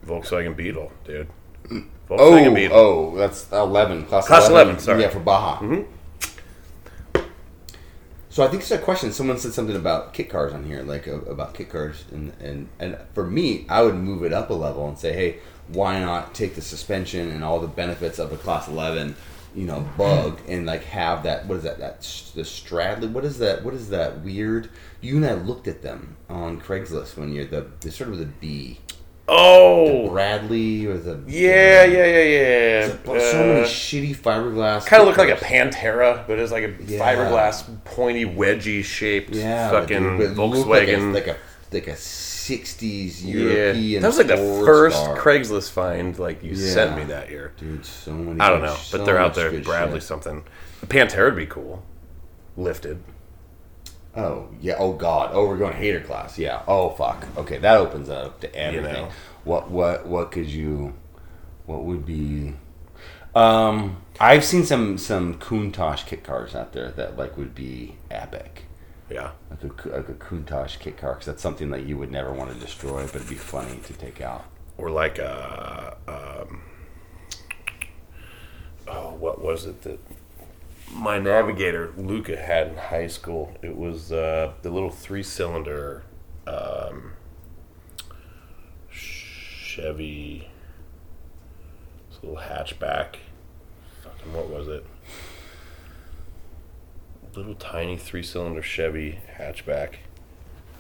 B: Volkswagen Beetle, dude.
A: Oh,
B: Volkswagen Beetle.
A: oh, that's eleven. Class,
B: Class 11, sorry. Mm-hmm.
A: yeah, for Baja. So I think it's a question. Someone said something about kit cars on here, like uh, about kit cars, and and and for me, I would move it up a level and say, hey, why not take the suspension and all the benefits of a Class Eleven, you know, bug, and like have that what is that that s- the Stradley? What is that? What is that weird? You and I looked at them on Craigslist one year. The they started with a B,
B: Oh!
A: Bradley or the
B: Yeah, yeah, yeah, yeah.
A: so many
B: Uh,
A: shitty fiberglass.
B: Kind of looked like a
A: pictures.
B: Pantera, but it's like a
A: Yeah.
B: fiberglass, pointy, wedgie shaped
A: yeah, but
B: fucking
A: dude, but it looked
B: Volkswagen.
A: like a, like a like a '60s European.
B: yeah, that was like the
A: sports
B: first
A: car.
B: Craigslist find like you
A: Yeah.
B: sent me that year.
A: Dude, so many.
B: I don't know,
A: so
B: but they're out
A: much
B: there.
A: good
B: Bradley
A: shit.
B: something. The Pantera would be cool, lifted.
A: Oh yeah. Oh god. Oh, we're going hater class. Yeah. Oh fuck. Okay, that opens up to everything.
B: know.
A: What what what could you? What would be? Um, I've seen some some Countach kit cars out there that like would be epic.
B: Yeah,
A: like a, Ku- like a Countach kit car because that's something that you would never want to destroy, but it'd be funny to take out.
B: or like uh, um, oh, what was it that my navigator Luca had in high school? It was uh, the little three cylinder um, Chevy, this little hatchback. Fucking what was it? Little tiny three cylinder Chevy hatchback.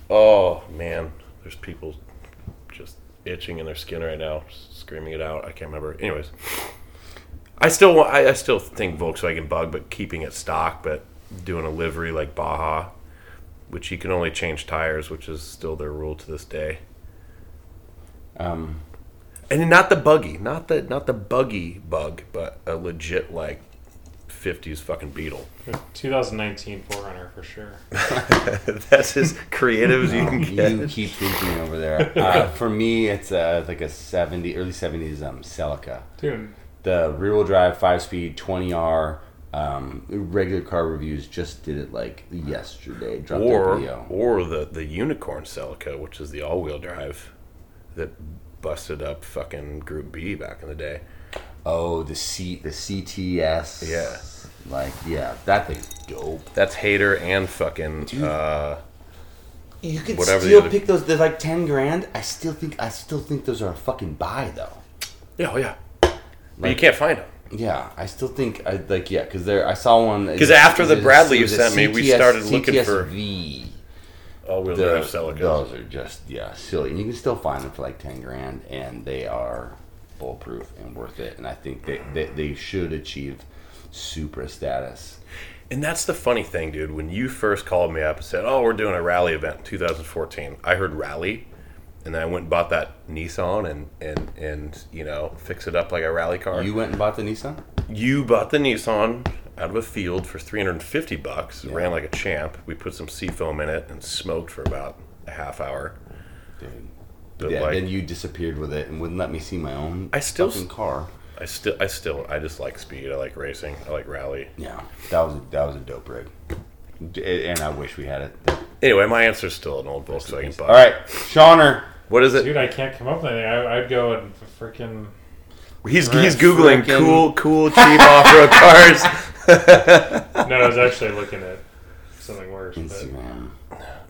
B: Oh man, there's people just itching in their skin right now, screaming it out. I can't remember. Anyways, I still want, I, I still think Volkswagen Bug, but keeping it stock, but doing a livery like Baja, which you can only change tires, which is still their rule to this day.
A: Um,
B: and not the buggy, not the not the buggy bug, but a legit like '50s fucking Beetle.
C: 2019 Forerunner for sure.
B: That's as creative as you can
A: Um, You
B: get.
A: keep thinking over there. Uh, for me, it's uh, like a 70, early 70s um, Celica.
C: Dude,
A: The rear wheel drive, five speed, 20R. Um, regular car reviews just did it like yesterday. Dropped their
B: Or
A: video.
B: or the the unicorn Celica, which is the all wheel drive that busted up fucking Group B back in the day.
A: Oh, the C, the CTS.
B: Yeah.
A: Like, yeah, that thing's dope.
B: That's Hater and fucking. Uh,
A: You could
B: Whatever the
A: still
B: other-
A: pick those. They're like ten grand. I still think I still think those are a fucking buy though.
B: yeah, oh yeah. but you
A: Like-
B: can't find them.
A: Yeah, I still think I like yeah because there I saw one
B: 'Cause after the Bradley you sent me, we started looking for-
A: V.
B: All wheel
A: The,
B: drive Celicas.
A: those are just yeah silly, and you can still find them for like ten grand, and they are bulletproof and worth it. And I think they they, they should achieve Supra status.
B: And that's the funny thing, dude. When you first called me up and said, "Oh, we're doing a rally event in 2014," I heard rally, and then I went and bought that Nissan and and and you know fix it up like a rally car.
A: You
B: You,
A: went and bought the Nissan.
B: bought the Nissan out of a field for 350 bucks. It Ran like a champ. We put some seafoam in it and smoked for about a half hour.
A: Dude.
B: But
A: yeah,
B: like,
A: then you disappeared with it and wouldn't let me see my own
B: I still-
A: fucking car.
B: I still, I still, I just like speed. I like racing. I like rally.
A: Yeah, that was a, that was a dope rig, D- and I wish we had it.
B: Anyway, my answer's still an old Volkswagen Bug.
A: All right, Shawner.
B: what is it?
C: dude, I can't come up with anything. I, I'd go and freaking.
B: He's
A: Right,
B: he's googling
A: frickin-
B: cool, cool, cheap off-road cars.
C: No, I was actually looking at something worse. But
A: Instagram.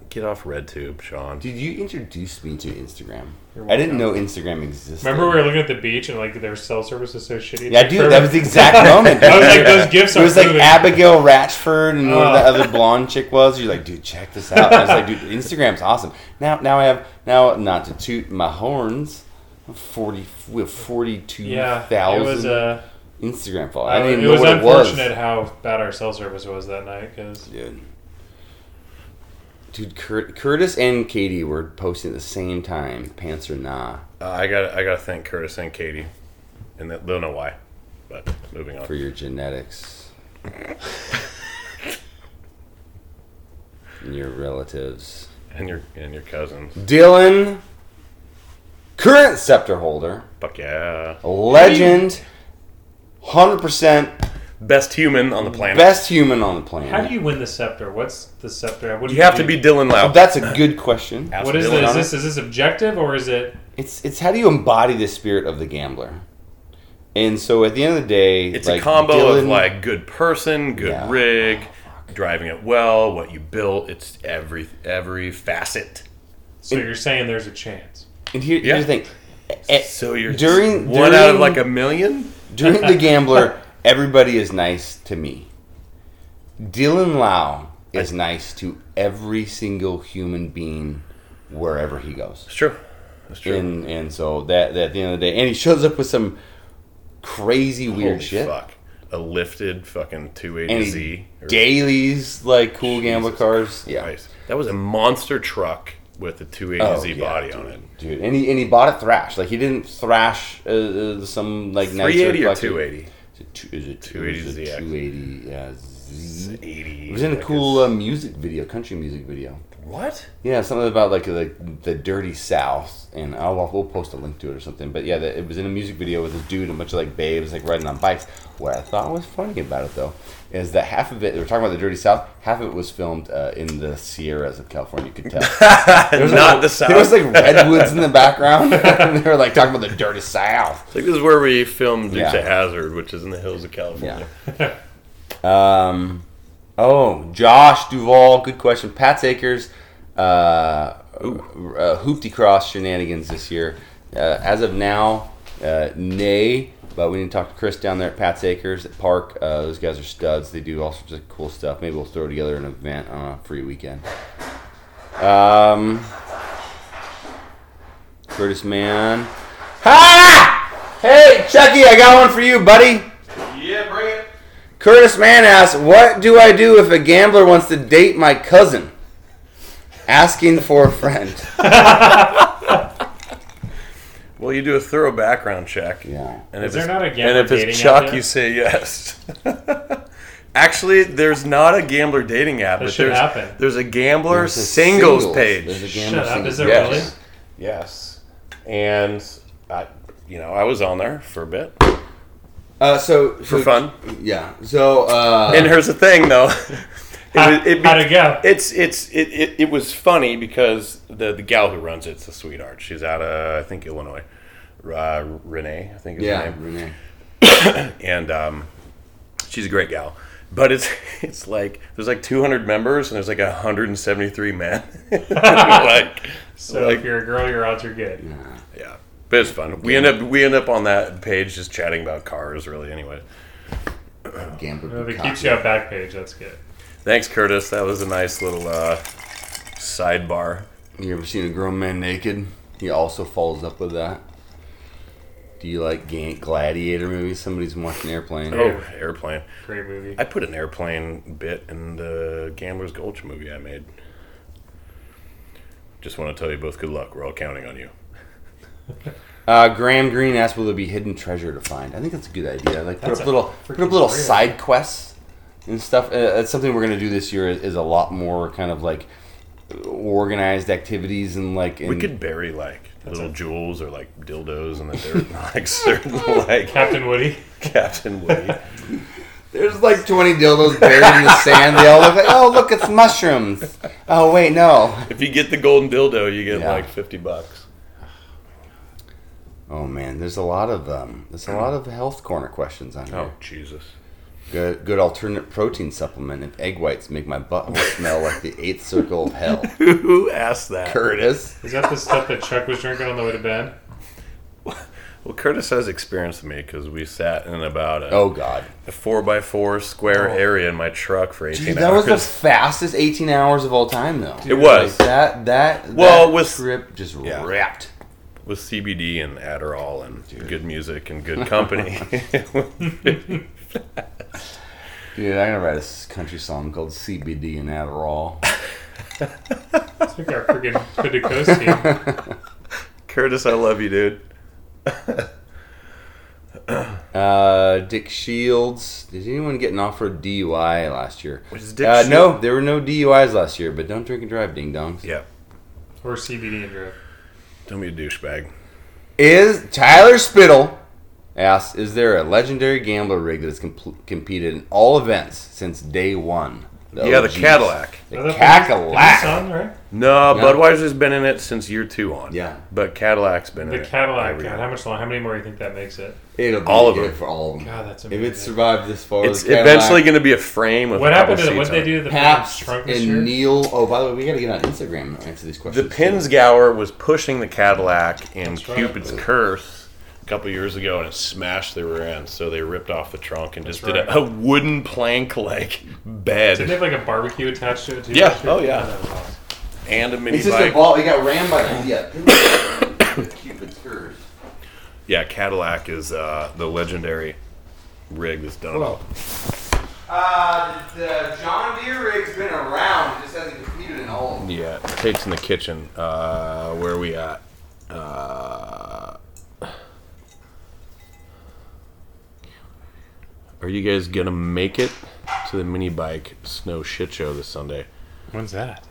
B: Get off RedTube, Sean.
A: Dude, you introduced me to Instagram.
C: You're
A: I didn't
C: welcome.
A: know Instagram existed.
C: remember, we were looking at the beach and like their cell service is so shitty.
A: Yeah, dude, that was the exact moment.
C: I was like, those gifts
A: It
C: are
A: was like
C: moving.
A: Abigail Ratchford and whoever
C: Oh.
A: that other blonde chick was. You're like, dude, check this out. And I was like, dude, Instagram's awesome. Now, now I have now not to toot my horns. Forty, we have forty-two
C: yeah,
A: thousand
C: it was. Uh,
A: Instagram followers. I
C: I
A: didn't even
C: it
A: know
C: was
A: what it was.
C: unfortunate how bad our cell service was that night because
A: Dude. Dude, Cur- Curtis and Katie were posting at the same time, pants or nah,
B: Uh, I got I got to thank Curtis and Katie, and that, they'll know why. But moving on.
A: for your genetics. and your relatives.
B: And your and your cousins.
A: Dylan, current scepter holder,
B: Fuck yeah.
A: legend, 100%
B: Best human on the planet.
A: Mm, best human on the
C: how do
A: planet.
C: you win the scepter? What's the scepter? What do
B: you have to
C: do?
B: be Dylan Lau.
A: Oh, That's a good question.
B: Ask
C: What is
B: Dylan.
C: this? Is this is this objective or is it?
A: It's it's how do you embody the spirit of the gambler? And so at the end of the day,
B: It's
A: like,
B: a combo of
A: Dylan-
B: like good person, good
A: Yeah.
B: rig, driving it well, what you built. It's every every facet.
C: So you're saying there's a chance.
A: And here,
B: Yeah.
A: here's the thing. Eh,
B: So you're
A: During-
B: one out of
A: during-
B: like a million.
A: During the gambler, everybody is nice to me. Dylan Lau is nice to every single human being wherever he goes.
B: It's true. That's true.
A: And and so that, that at the end of the day, and he shows up with some crazy weird
B: Holy
A: shit.
B: fuck. A lifted fucking
A: And
B: 280Z.
A: he
B: or-
A: dailies like cool gambler cars. Yeah. Oh,
B: Christ. That was a monster truck with a 280Z body on it.
A: dude. And he and he bought it thrash. Like he didn't thrash uh, uh, some like nicer
B: 380 or
A: fucking-
B: 280?
A: Is it two- is it
B: 280 ZX.
A: Two eighty. Yeah, Z.
B: 80.
A: It was in a cool uh, music video, country music video.
B: What?
A: Yeah, something about like the, the dirty South, and I'll we'll post a link to it or something. But yeah, the, it was in a music video with this dude and a bunch of like babes like riding on bikes. What I thought was funny about it though is that half of it they were talking about the dirty South, half of it was filmed uh, in the Sierras of California. You could tell
B: Not
A: like,
B: the South.
A: There was like redwoods in the background, and they were like talking about the dirty South.
B: Like, this is where we filmed Dukes
A: Yeah.
B: of Hazard, which is in the hills of California.
A: Um, oh, Josh Duval, good question. Pat Akers, uh, uh, hoopty cross shenanigans this year. Uh, as of now, uh, nay, but we need to talk to Chris down there at Pat Akers at Park. Uh, those guys are studs. They do all sorts of cool stuff. Maybe we'll throw together an event on a free weekend. Um, Curtis Man. Ha! Hey, Chucky, I got one for you, buddy.
B: Yeah, bring it.
A: Curtis Mann asks, "What do I do if a gambler wants to date my cousin?" Asking for a friend.
B: Well, you do a thorough background check.
A: Yeah.
B: And
C: Is
B: if
C: there
B: it's-
C: not a gambler
B: And if
C: dating
B: it's
C: app
B: Chuck,
C: yet?
B: you say yes. Actually, there's not a gambler dating app,
C: That
B: but
C: should
B: there's
C: happen.
B: there's a gambler
A: There's a
B: singles,
A: There's a
B: page.
A: gambler
C: Shut up,
A: singles-
C: is there
A: yes.
C: really?
B: Yes. And I, you know, I was on there for a bit.
A: Uh, so
B: For
A: so-
B: fun.
A: Yeah. So uh,
B: and here's the thing, though. It
C: How,
B: was- it be-
C: how'd it go?
B: It's it's it, it, it was funny because the the gal who runs it's a sweetheart. She's out of I think Illinois, uh, Renee I think is
A: yeah,
B: her name,
A: Renee.
B: and um, she's a great gal. But it's it's like there's like 200 members and there's like 173 men. like
C: so
B: like-
C: if you're a girl, your odds are good.
B: yeah, but it's fun. We end up we end up on that page just chatting about cars really anyway.
A: Gambler.
C: If it
A: Bukkake.
C: keeps you on back page, that's good.
B: Thanks Curtis, that was a nice little uh, sidebar.
A: You ever seen a grown man naked? He also follows up with that. Do you like ga- gladiator movies? Somebody's watching airplane.
B: Oh, airplane.
C: Great movie.
B: I put an airplane bit in the Gambler's Gulch movie I made. Just want to tell you both good luck. We're all counting on you.
A: Uh, Graham Green asked, "Will there be hidden treasure to find?" I think that's a good idea. Like put
C: That's
A: up
C: a
A: little, put up
C: freaking
A: little
C: great
A: side quests and stuff. Uh, it's something we're gonna do this year. Is, is a lot more kind of like organized activities and like. And
B: We could bury like little jewels or like dildos in the dirt, like certain like
C: Captain Woody.
B: Captain Woody.
A: There's like 20 dildos buried in the sand. They all look like, oh look, it's mushrooms. Oh wait, no.
B: If you get the golden dildo, you get
A: Yeah.
B: like fifty bucks.
A: Oh man, there's a lot of um, there's a lot of health corner questions on here.
B: Oh Jesus!
A: Good, good alternate protein supplement if egg whites make my butthole smell like the eighth circle of hell.
B: Who asked that?
A: Curtis.
C: Is that the stuff that Chuck was drinking on the way to bed?
B: Well, Curtis has experience with me because we sat in about a,
A: Oh God.
B: a four by four square area in my truck for eighteen
A: Dude, that
B: hours.
A: was the fastest 18 hours of all time, though.
B: It was.
A: Like, that that
B: Well,
A: that
B: with-
A: trip just
B: Yeah.
A: wrapped.
B: with CBD and Adderall and good music and good company.
A: Dude, I'm gonna write a s- country song called CBD and Adderall.
C: I think our freaking Pentecostal.
B: Curtis, I love you, dude.
A: Uh, Dick Shields. Did anyone get an off-road DUI last year?
B: Which is Dick
A: uh, No,
B: Shields.
A: there were no DUIs last year. But don't drink and drive, ding dongs.
B: Yeah.
C: or CBD and drip.
B: Don't be a douchebag.
A: Is Tyler Spittle asks, is there a legendary gambler rig that has comp- competed in all events since day one?
B: yeah, the
A: OGs.
B: Cadillac.
A: The
C: Is that
A: Cadillac.
C: Nissan, right?
B: No,
A: No.
B: Budweiser's been in it since year two on.
A: Yeah.
B: But Cadillac's been in
C: The
B: it.
C: Cadillac.
B: every
C: God,
B: year.
C: how much long? How many more do you think that makes it?
A: It'll be
B: All of
A: good
B: them.
A: for all of them.
C: God, that's
A: if
C: amazing.
A: it survived this far,
B: It's
A: the Cadillac,
B: eventually going to be a frame with
C: what
B: a couple
C: happened to them?
B: seats
C: What they
B: on it.
C: do to the
A: Paps
C: freaking trunk this year?
A: and Neil. Oh, by the way, we got to get on Instagram and answer these
B: The
A: questions.
B: Pinsgauer was pushing the Cadillac in
C: right.
B: Cupid's Curse a couple years ago, and it smashed the rear end, so they ripped off the trunk and just did
C: right.
B: a, a wooden plank like bed
C: Did they have like a barbecue attached to it too?
B: Yeah.
C: last year?
B: Oh, yeah.
C: that was awesome.
B: and a mini
A: It's just
B: bike.
A: a ball. He got rammed by the yeah. Cupid's curse.
B: Yeah, Cadillac is uh, the legendary rig that's done it all.
A: Uh, the John Deere rig's been around. It just hasn't competed in all. Of them.
B: Yeah, tapes in the kitchen. Uh, where are we at? Uh, are you guys gonna make it to the mini bike snow shit show this Sunday?
C: When's that?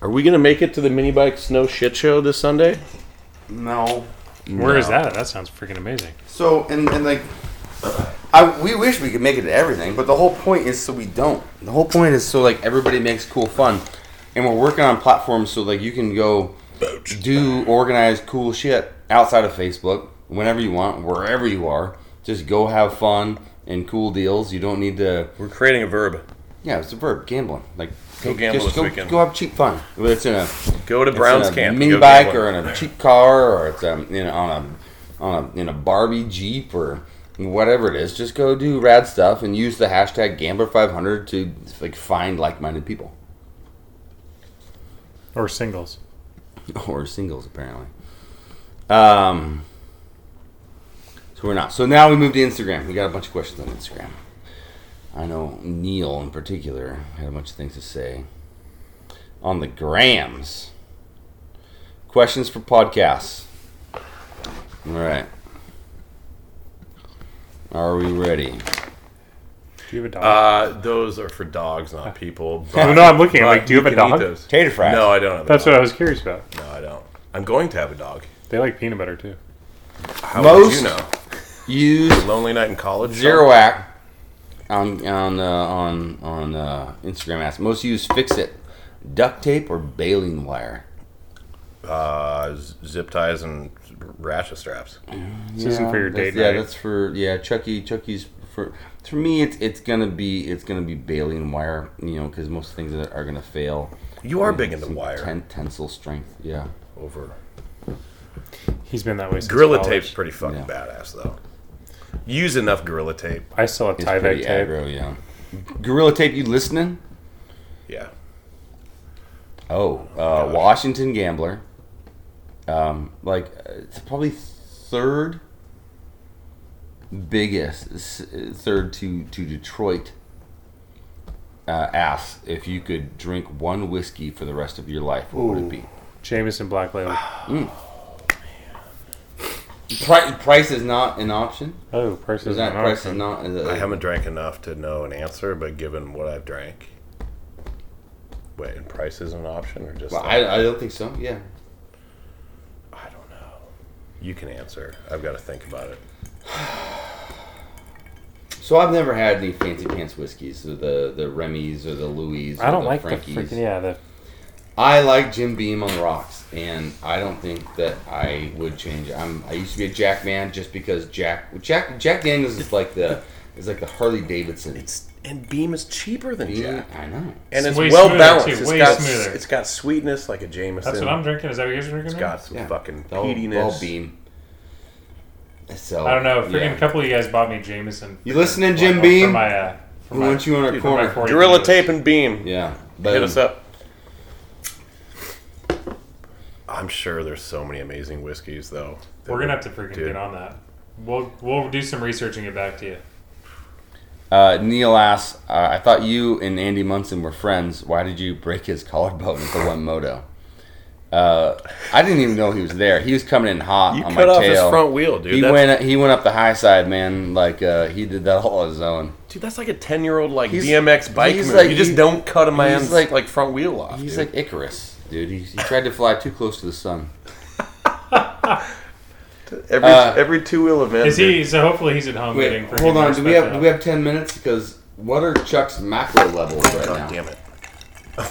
B: Are we gonna make it to the mini bike snow shit show this Sunday?
A: No.
C: Where is that? That sounds freaking amazing.
A: So and and like, I we wish we could make it to everything, but the whole point is so we don't. The whole point is so like everybody makes cool fun, and we're working on platforms so like you can go do organized cool shit outside of Facebook whenever you want, wherever you are. Just go have fun and cool deals. You don't need to.
B: We're creating a verb.
A: Yeah, it's a verb. Gambling. Like
B: Go gamble
A: just
B: this
A: go,
B: weekend.
A: Go have cheap fun. Whether it's in a
B: Go to
A: it's
B: Browns
A: in a
B: camp. and
A: mini
B: go
A: bike
B: gambling.
A: or in a cheap car or it's um, you know, on a on a in a Barbie Jeep or whatever it is. Just go do rad stuff and use the hashtag Gambler500 to like find like-minded people
C: Or singles.
A: or singles apparently. Um. So we're not. So now we move to Instagram. We got a bunch of questions on Instagram. I know Neil in particular had a bunch of things to say on the grams. Questions for podcasts. All right. Are we ready?
C: Do you have a dog?
B: Uh, those are for dogs, not people.
C: Well, no, I'm looking, I'm
B: but
C: like, do you have a
B: can eat
C: dog?
B: those.
A: Tater fries.
B: No, I don't. Have
C: That's
B: a
C: what I was curious about.
B: dog. No, I don't. I'm going to have a dog.
C: They like peanut butter too.
B: How would
A: Most-
B: you know?
A: Use
B: Lonely night in college.
A: Zeroac on on uh, on on uh, Instagram asks most use fix it duct tape or baling wire.
B: Uh, z- zip ties and ratchet straps.
C: This isn't for your
A: That's-
C: date
A: yeah,
C: night.
A: that's for yeah Chucky. Chucky's for for me. It's it's gonna be it's gonna be baling wire. You know, because most things that are gonna fail.
B: You are big into
A: Some
B: wire.
A: ten- tensile strength. Yeah.
B: Over.
C: He's been that way since
B: Gorilla
C: college.
B: tape's pretty fucking badass though. Use enough gorilla tape.
C: I still have
A: It's
C: Tyvek
A: pretty
C: tape.
A: aggro, yeah. Gorilla tape, you listening?
B: Yeah.
A: Oh, uh, Washington Gambler. Um, like, uh, it's probably third biggest, s- third to, to Detroit. Uh, asks if you could drink one whiskey for the rest of your life, what would it be?
C: Jameson Black Label.
A: Pri- price is not an option.
C: Oh, price
A: Is
C: is
A: that
C: an
A: price is
C: option.
A: not? Is
B: I haven't drank enough to know an answer, but given what I've drank, wait, and price is an option or just
A: Well,
B: like-
A: I, I don't think so. Yeah.
B: I don't know. You can answer. I've got to think about it.
A: So I've never had any fancy pants whiskeys, or the the Remy's or the Louis.
C: I don't
A: the
C: like
A: Frankie's.
C: the freaking yeah. The
A: I like Jim Beam on rocks, and I don't think that I would change. it. I'm I used to be a Jack man just because Jack Jack Jack Daniels is like the is like the Harley Davidson.
B: It's and Beam is cheaper than
A: Yeah, I know.
B: and it's
C: It's way
B: well
C: smoother,
B: balanced.
C: too.
B: It's
C: Way
B: got
C: smoother.
B: it's got sweetness like a Jameson.
C: that's what I'm drinking. Is that what you're drinking?
B: It's
C: man?
B: got some
A: Yeah.
B: fucking
A: The whole, the
B: peatiness.
A: whole Beam. So
C: I don't know. Freaking
A: yeah.
C: couple of you guys bought me Jameson.
A: You listening, Jim
C: for
A: Beam?
C: my, uh, for
A: We
C: my-
A: want you in our
C: for my
A: corner.
C: 40
B: Gorilla
C: kilos.
B: tape and Beam.
A: Yeah,
B: Hit
A: boom.
B: us up. I'm sure there's so many amazing whiskeys though.
C: We're gonna have to freaking
B: Dude.
C: get on that. We'll we'll do some research and get back to you.
A: Uh, Neil asks, uh, I thought you and Andy Munson were friends. Why did you break his collarbone with the one moto? Uh, I didn't even know he was there. He was coming in hot
B: You
A: on
B: cut
A: my
B: off
A: tail.
B: his front wheel, dude.
A: he
B: that's,
A: went. He went up the high side, man. Like uh, he did that all on his own.
B: dude, that's like a ten year old like
A: He's-
B: BMX bike
A: he's
B: move.
A: like-
B: you just
A: he-
B: don't cut a man's
A: like-
B: like, front wheel off.
A: He's
B: dude.
A: like Icarus, dude. He, he tried to fly too close to the sun.
B: every
A: uh,
B: every two wheel event.
C: Is he? So hopefully he's at home waiting
A: Wait,
C: for.
A: hold on. Do we have do we have ten minutes? Because what are Chuck's macro levels right
B: God
A: now,
B: damn it!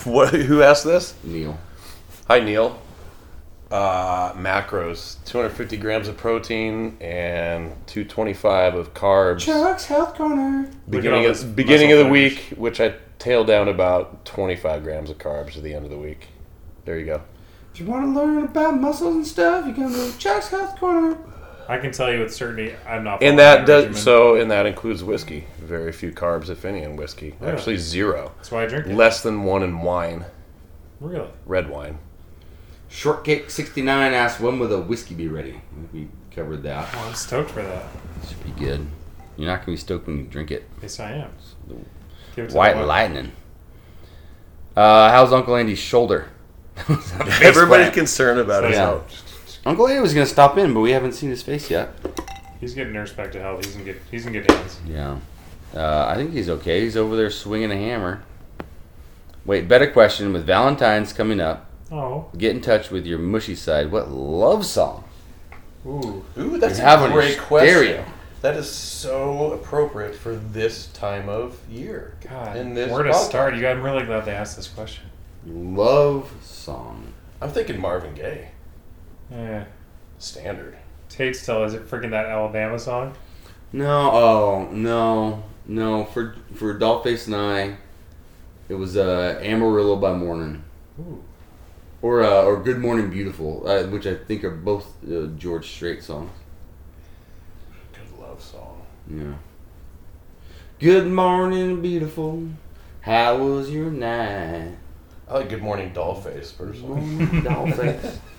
B: What? Who asked this?
A: Neil?
B: Hi, Neil. Uh, macros: 250 grams of protein and 225 of carbs.
A: Chuck's health corner.
B: beginning
C: Look at all
B: of,
C: this
B: beginning of the
C: muscle
B: week, which I tail down about 25 grams of carbs at the end of the week. There you go.
A: If you want to learn about muscles and stuff, you come to Chuck's health corner.
C: I can tell you with certainty, I'm not. following
B: And that
C: regimen.
B: does so, and that includes whiskey. Very few carbs, if any, in whiskey. Actually, zero.
C: That's why I drink it.
B: Less than one in wine,
C: Really?
B: red wine.
A: Shortcake69 asked, when will the whiskey be ready? We covered that.
C: Well, I'm stoked for that.
A: Should be good. You're not going to be stoked when you drink it.
C: Yes, I am. Give it to
A: White
C: the-
A: lightning. Uh, how's Uncle Andy's shoulder?
B: Everybody's concerned about
C: Yeah.
B: it.
A: Yeah. Uncle Andy was going to stop in, but we haven't seen his face yet.
C: He's getting nursed back to health. He's in good. He's in good hands.
A: Yeah. Uh, I think he's okay. He's over there swinging a hammer. Wait, better question. With Valentine's coming up,
C: Oh.
A: get in touch with your mushy side. What love song?
C: Ooh.
B: Ooh, that's
A: You have one in your stereo.
B: That is so appropriate for this time of year.
C: God.
B: And this
C: Where to
B: podcast.
C: start? You. I'm really glad they asked this question.
A: Love song.
B: I'm thinking Marvin Gaye,
C: Yeah.
B: standard.
C: Tate still is it freaking that Alabama song?
A: No, oh no, no. For for Dollface and I, it was uh, Amarillo by Morning,
C: Ooh.
A: or uh, or Good Morning Beautiful, uh, which I think are both uh, George Strait songs.
B: Good love song.
A: Yeah. Good morning, beautiful. How was your night,
B: I like Good Morning Dollface personally.
A: Dollface?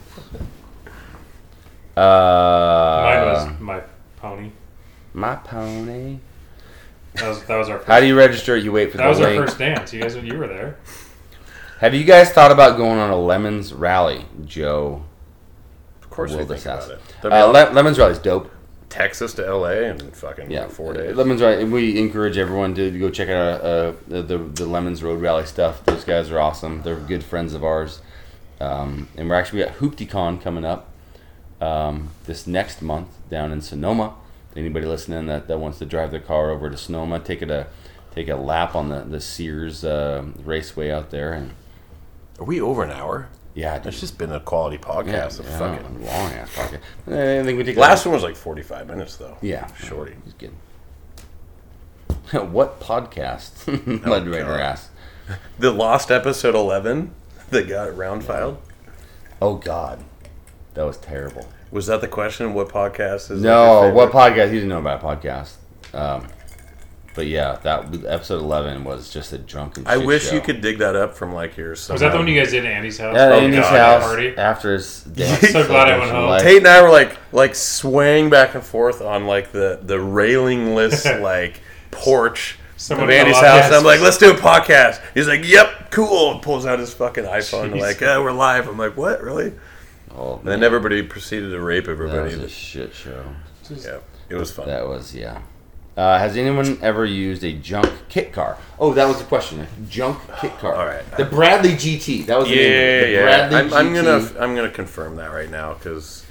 A: Uh,
C: Mine was my pony.
A: my pony.
C: That was that was our. First,
A: How do you register? You wait for
C: that was
A: the
C: our
A: link.
C: first dance. You guys, you were there.
A: Have you guys thought about going on a lemons rally, Joe?
B: course, we
A: will
B: think
A: this
B: about
A: house.
B: it.
A: Uh, Le- Lemon's Rally's dope.
B: Texas to LA in fucking
A: Yeah,
B: four days.
A: Lemons Rally. We encourage everyone to go check out uh, the, the the Lemons Road Rally stuff. Those guys are awesome. They're good friends of ours, um, and we're actually we got HooptyCon coming up um, this next month down in Sonoma. Anybody listening that, that wants to drive their car over to Sonoma, take it a take a lap on the the Sears uh, Raceway out there, and
B: Are we over an hour?
A: yeah, dude.
B: It's just been a quality
A: yeah,
B: podcast.
A: yeah,
B: Yeah, fucking.
A: long ass pocket. I think we take a-
B: Last one was like 45 minutes though.
A: Yeah,
B: Shorty.
A: He's good. what podcast? Mud Raider
B: God.
A: asked.
B: The lost episode 11 that got round filed.
A: Oh God, that was terrible.
B: Was that the question? What podcast is?
A: No,
B: like, your
A: what
B: favorite?
A: podcast? He didn't know about a podcast. Um, but yeah, that was- episode eleven was just a drunken.
B: I
A: shit
B: wish
A: show.
B: you could dig that up from like your.
C: Was that the one you guys did at Andy's house?
A: At
B: Oh,
A: Amy's
B: God,
A: house
C: party?
A: after his dance.
C: So glad I went home.
A: celebration
B: Tate and I were like like swaying back and forth on like the the railingless like porch
C: Someone
B: of Andy's
C: fell off.
B: house. And I'm like, let's do a podcast. He's like, yep, cool. Pulls out his fucking iPhone. Like, uh, we're live. I'm like, what, really? And
A: Oh, man,
B: then everybody proceeded to rape
A: that
B: everybody.
A: was a shit show.
B: yeah, it was fun.
A: That was yeah. Uh, has anyone ever used a junk kit car? Oh, that was the question. A junk kit car.
B: All right.
A: The Bradley GT. That was
B: Yeah,
A: the name.
B: yeah,
A: of it. The
B: yeah.
A: Bradley
B: I'm, I'm
A: GT.
B: gonna I'm gonna confirm that right now because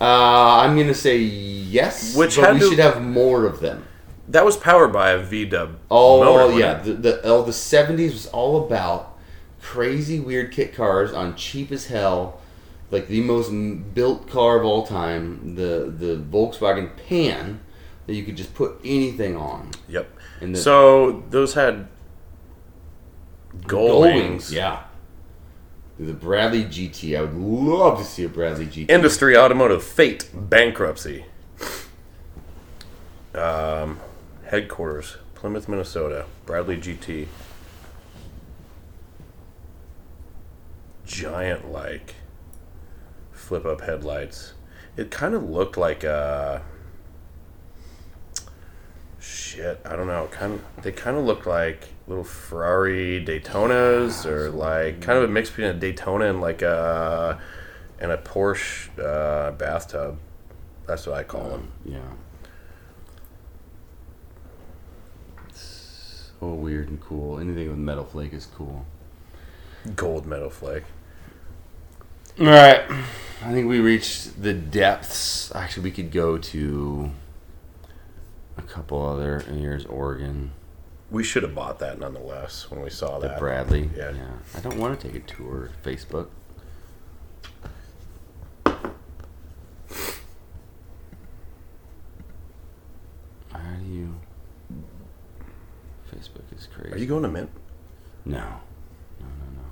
A: Uh, I'm gonna say yes.
B: Which
A: but
B: had
A: we
B: to-
A: should have more of them.
B: that was powered by a V Dub.
A: Oh
B: motor, wasn't
A: yeah,
B: it?
A: the, the oh the '70s was all about crazy weird kit cars on cheap as hell, like the most m- built car of all time, the the Volkswagen Pan that you could just put anything on.
B: Yep.
A: And the-
B: so those had gold wings.
A: yeah. The Bradley GT. I would love to see a Bradley GT.
B: Industry Automotive Fate Bankruptcy. Um, headquarters Plymouth, Minnesota. Bradley GT. Giant like flip up headlights. It kind of looked like uh, a shit. I don't know. it Kind of they kind of looked like little Ferrari Daytonas or like kind of a mix between a Daytona and like a and a Porsche uh, bathtub. That's what I call them.
A: yeah. So weird and cool. Anything with metal flake is cool.
B: Gold metal flake.
A: All right. I think we reached the depths. Actually, we could go to a couple other. and Here's Oregon,
B: We should have bought that nonetheless when we saw
A: the
B: that.
A: Bradley.
B: Yeah.
A: I don't want to take a tour. Facebook. How do you? Facebook is crazy.
B: Are you going to Mint?
A: no.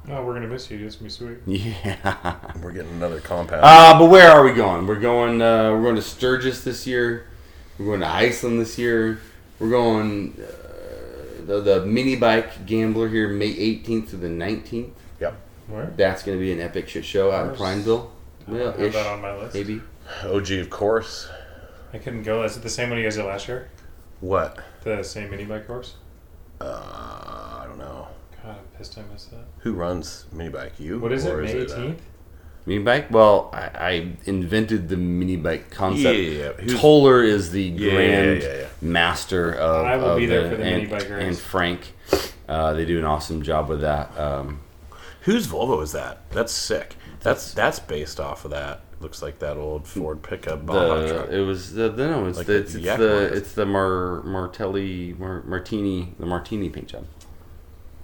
C: Oh, we're gonna miss you. dude. It's gonna be sweet.
A: Yeah.
B: We're getting another compound.
A: Uh, but where are we going? We're going. Uh, we're going to Sturgis this year. We're going to Iceland this year. We're going uh, the, the mini bike gambler here May 18th to the 19th.
B: yep.
C: Where?
A: That's going to be an epic shit show out in
C: Nice.
A: Prineville.
C: I
A: Well,
C: have
A: ish,
C: that on my list.
A: maybe.
B: OG, of course.
C: I couldn't go. Is it the same one you guys did last year?
B: What?
C: The same mini bike course?
B: Uh, I don't know.
C: God, I'm pissed I missed that.
B: Who runs minibike? You?
C: What is it?
B: or
C: May
B: uh,
C: 18th?
A: Mini bike? Well, I, I invented the mini bike concept.
B: Yeah, who's-
A: Toller is the
B: Yeah, yeah,
A: grand
B: yeah, yeah.
A: master of.
C: I will
A: of
C: be there for the
A: and,
C: mini bike race.
A: And Frank, uh, they do an awesome job with that. Um,
B: Whose Volvo is that? That's sick. That's that's based off of that. Looks like that old Ford pickup Baja
A: the
B: Oh, truck.
A: it was the, the no it's
B: Like
A: the
B: the
A: it's, it's
B: Yak
A: the
B: one.
A: it's the Mar, Martelli Mar, Martini the Martini paint job.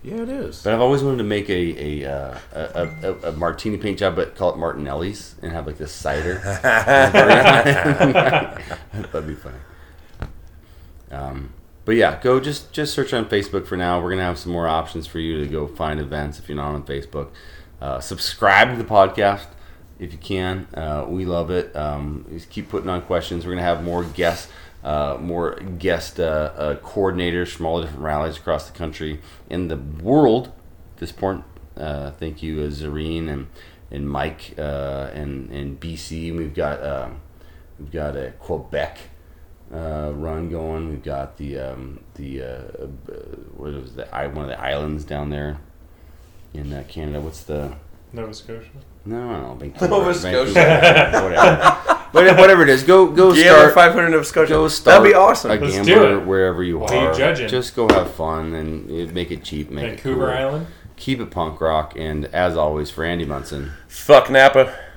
B: yeah, it is.
A: But I've always wanted to make a a, uh, a, a, a, a Martini paint job, but call it Martinelli's and have like this cider. That'd be funny. Um, but yeah, go just just search on Facebook for now. We're gonna have some more options for you to go find events if you're not on Facebook. Uh, subscribe to the podcast if you can. Uh, we love it. Um, just keep putting on questions. We're gonna have more guests, uh, more guest uh, uh, coordinators from all the different rallies across the country and the world. At this point, uh, thank you, uh, Zareen and and Mike uh, and and BC. We've got um we've got uh, Quebec uh, run going. We've got the um, the uh, uh, what was the I one of the islands down there in uh, Canada. What's the
C: Nova Scotia.
A: No, I don't think
D: Nova
A: Vancouver,
D: Scotia.
A: whatever. But uh, whatever it is, go go
D: Gambler
A: start.
D: 500 Nova Scotia.
A: Go start.
D: That'd be awesome.
A: A
C: Let's do
A: gambler
C: it.
A: wherever you
C: What are you
A: are.
C: judging?
A: Just go have fun and it- make it cheap. Make it
C: Vancouver
A: cool.
C: Island.
A: Keep it punk rock, and as always, for Andy Munson.
B: Fuck Napa.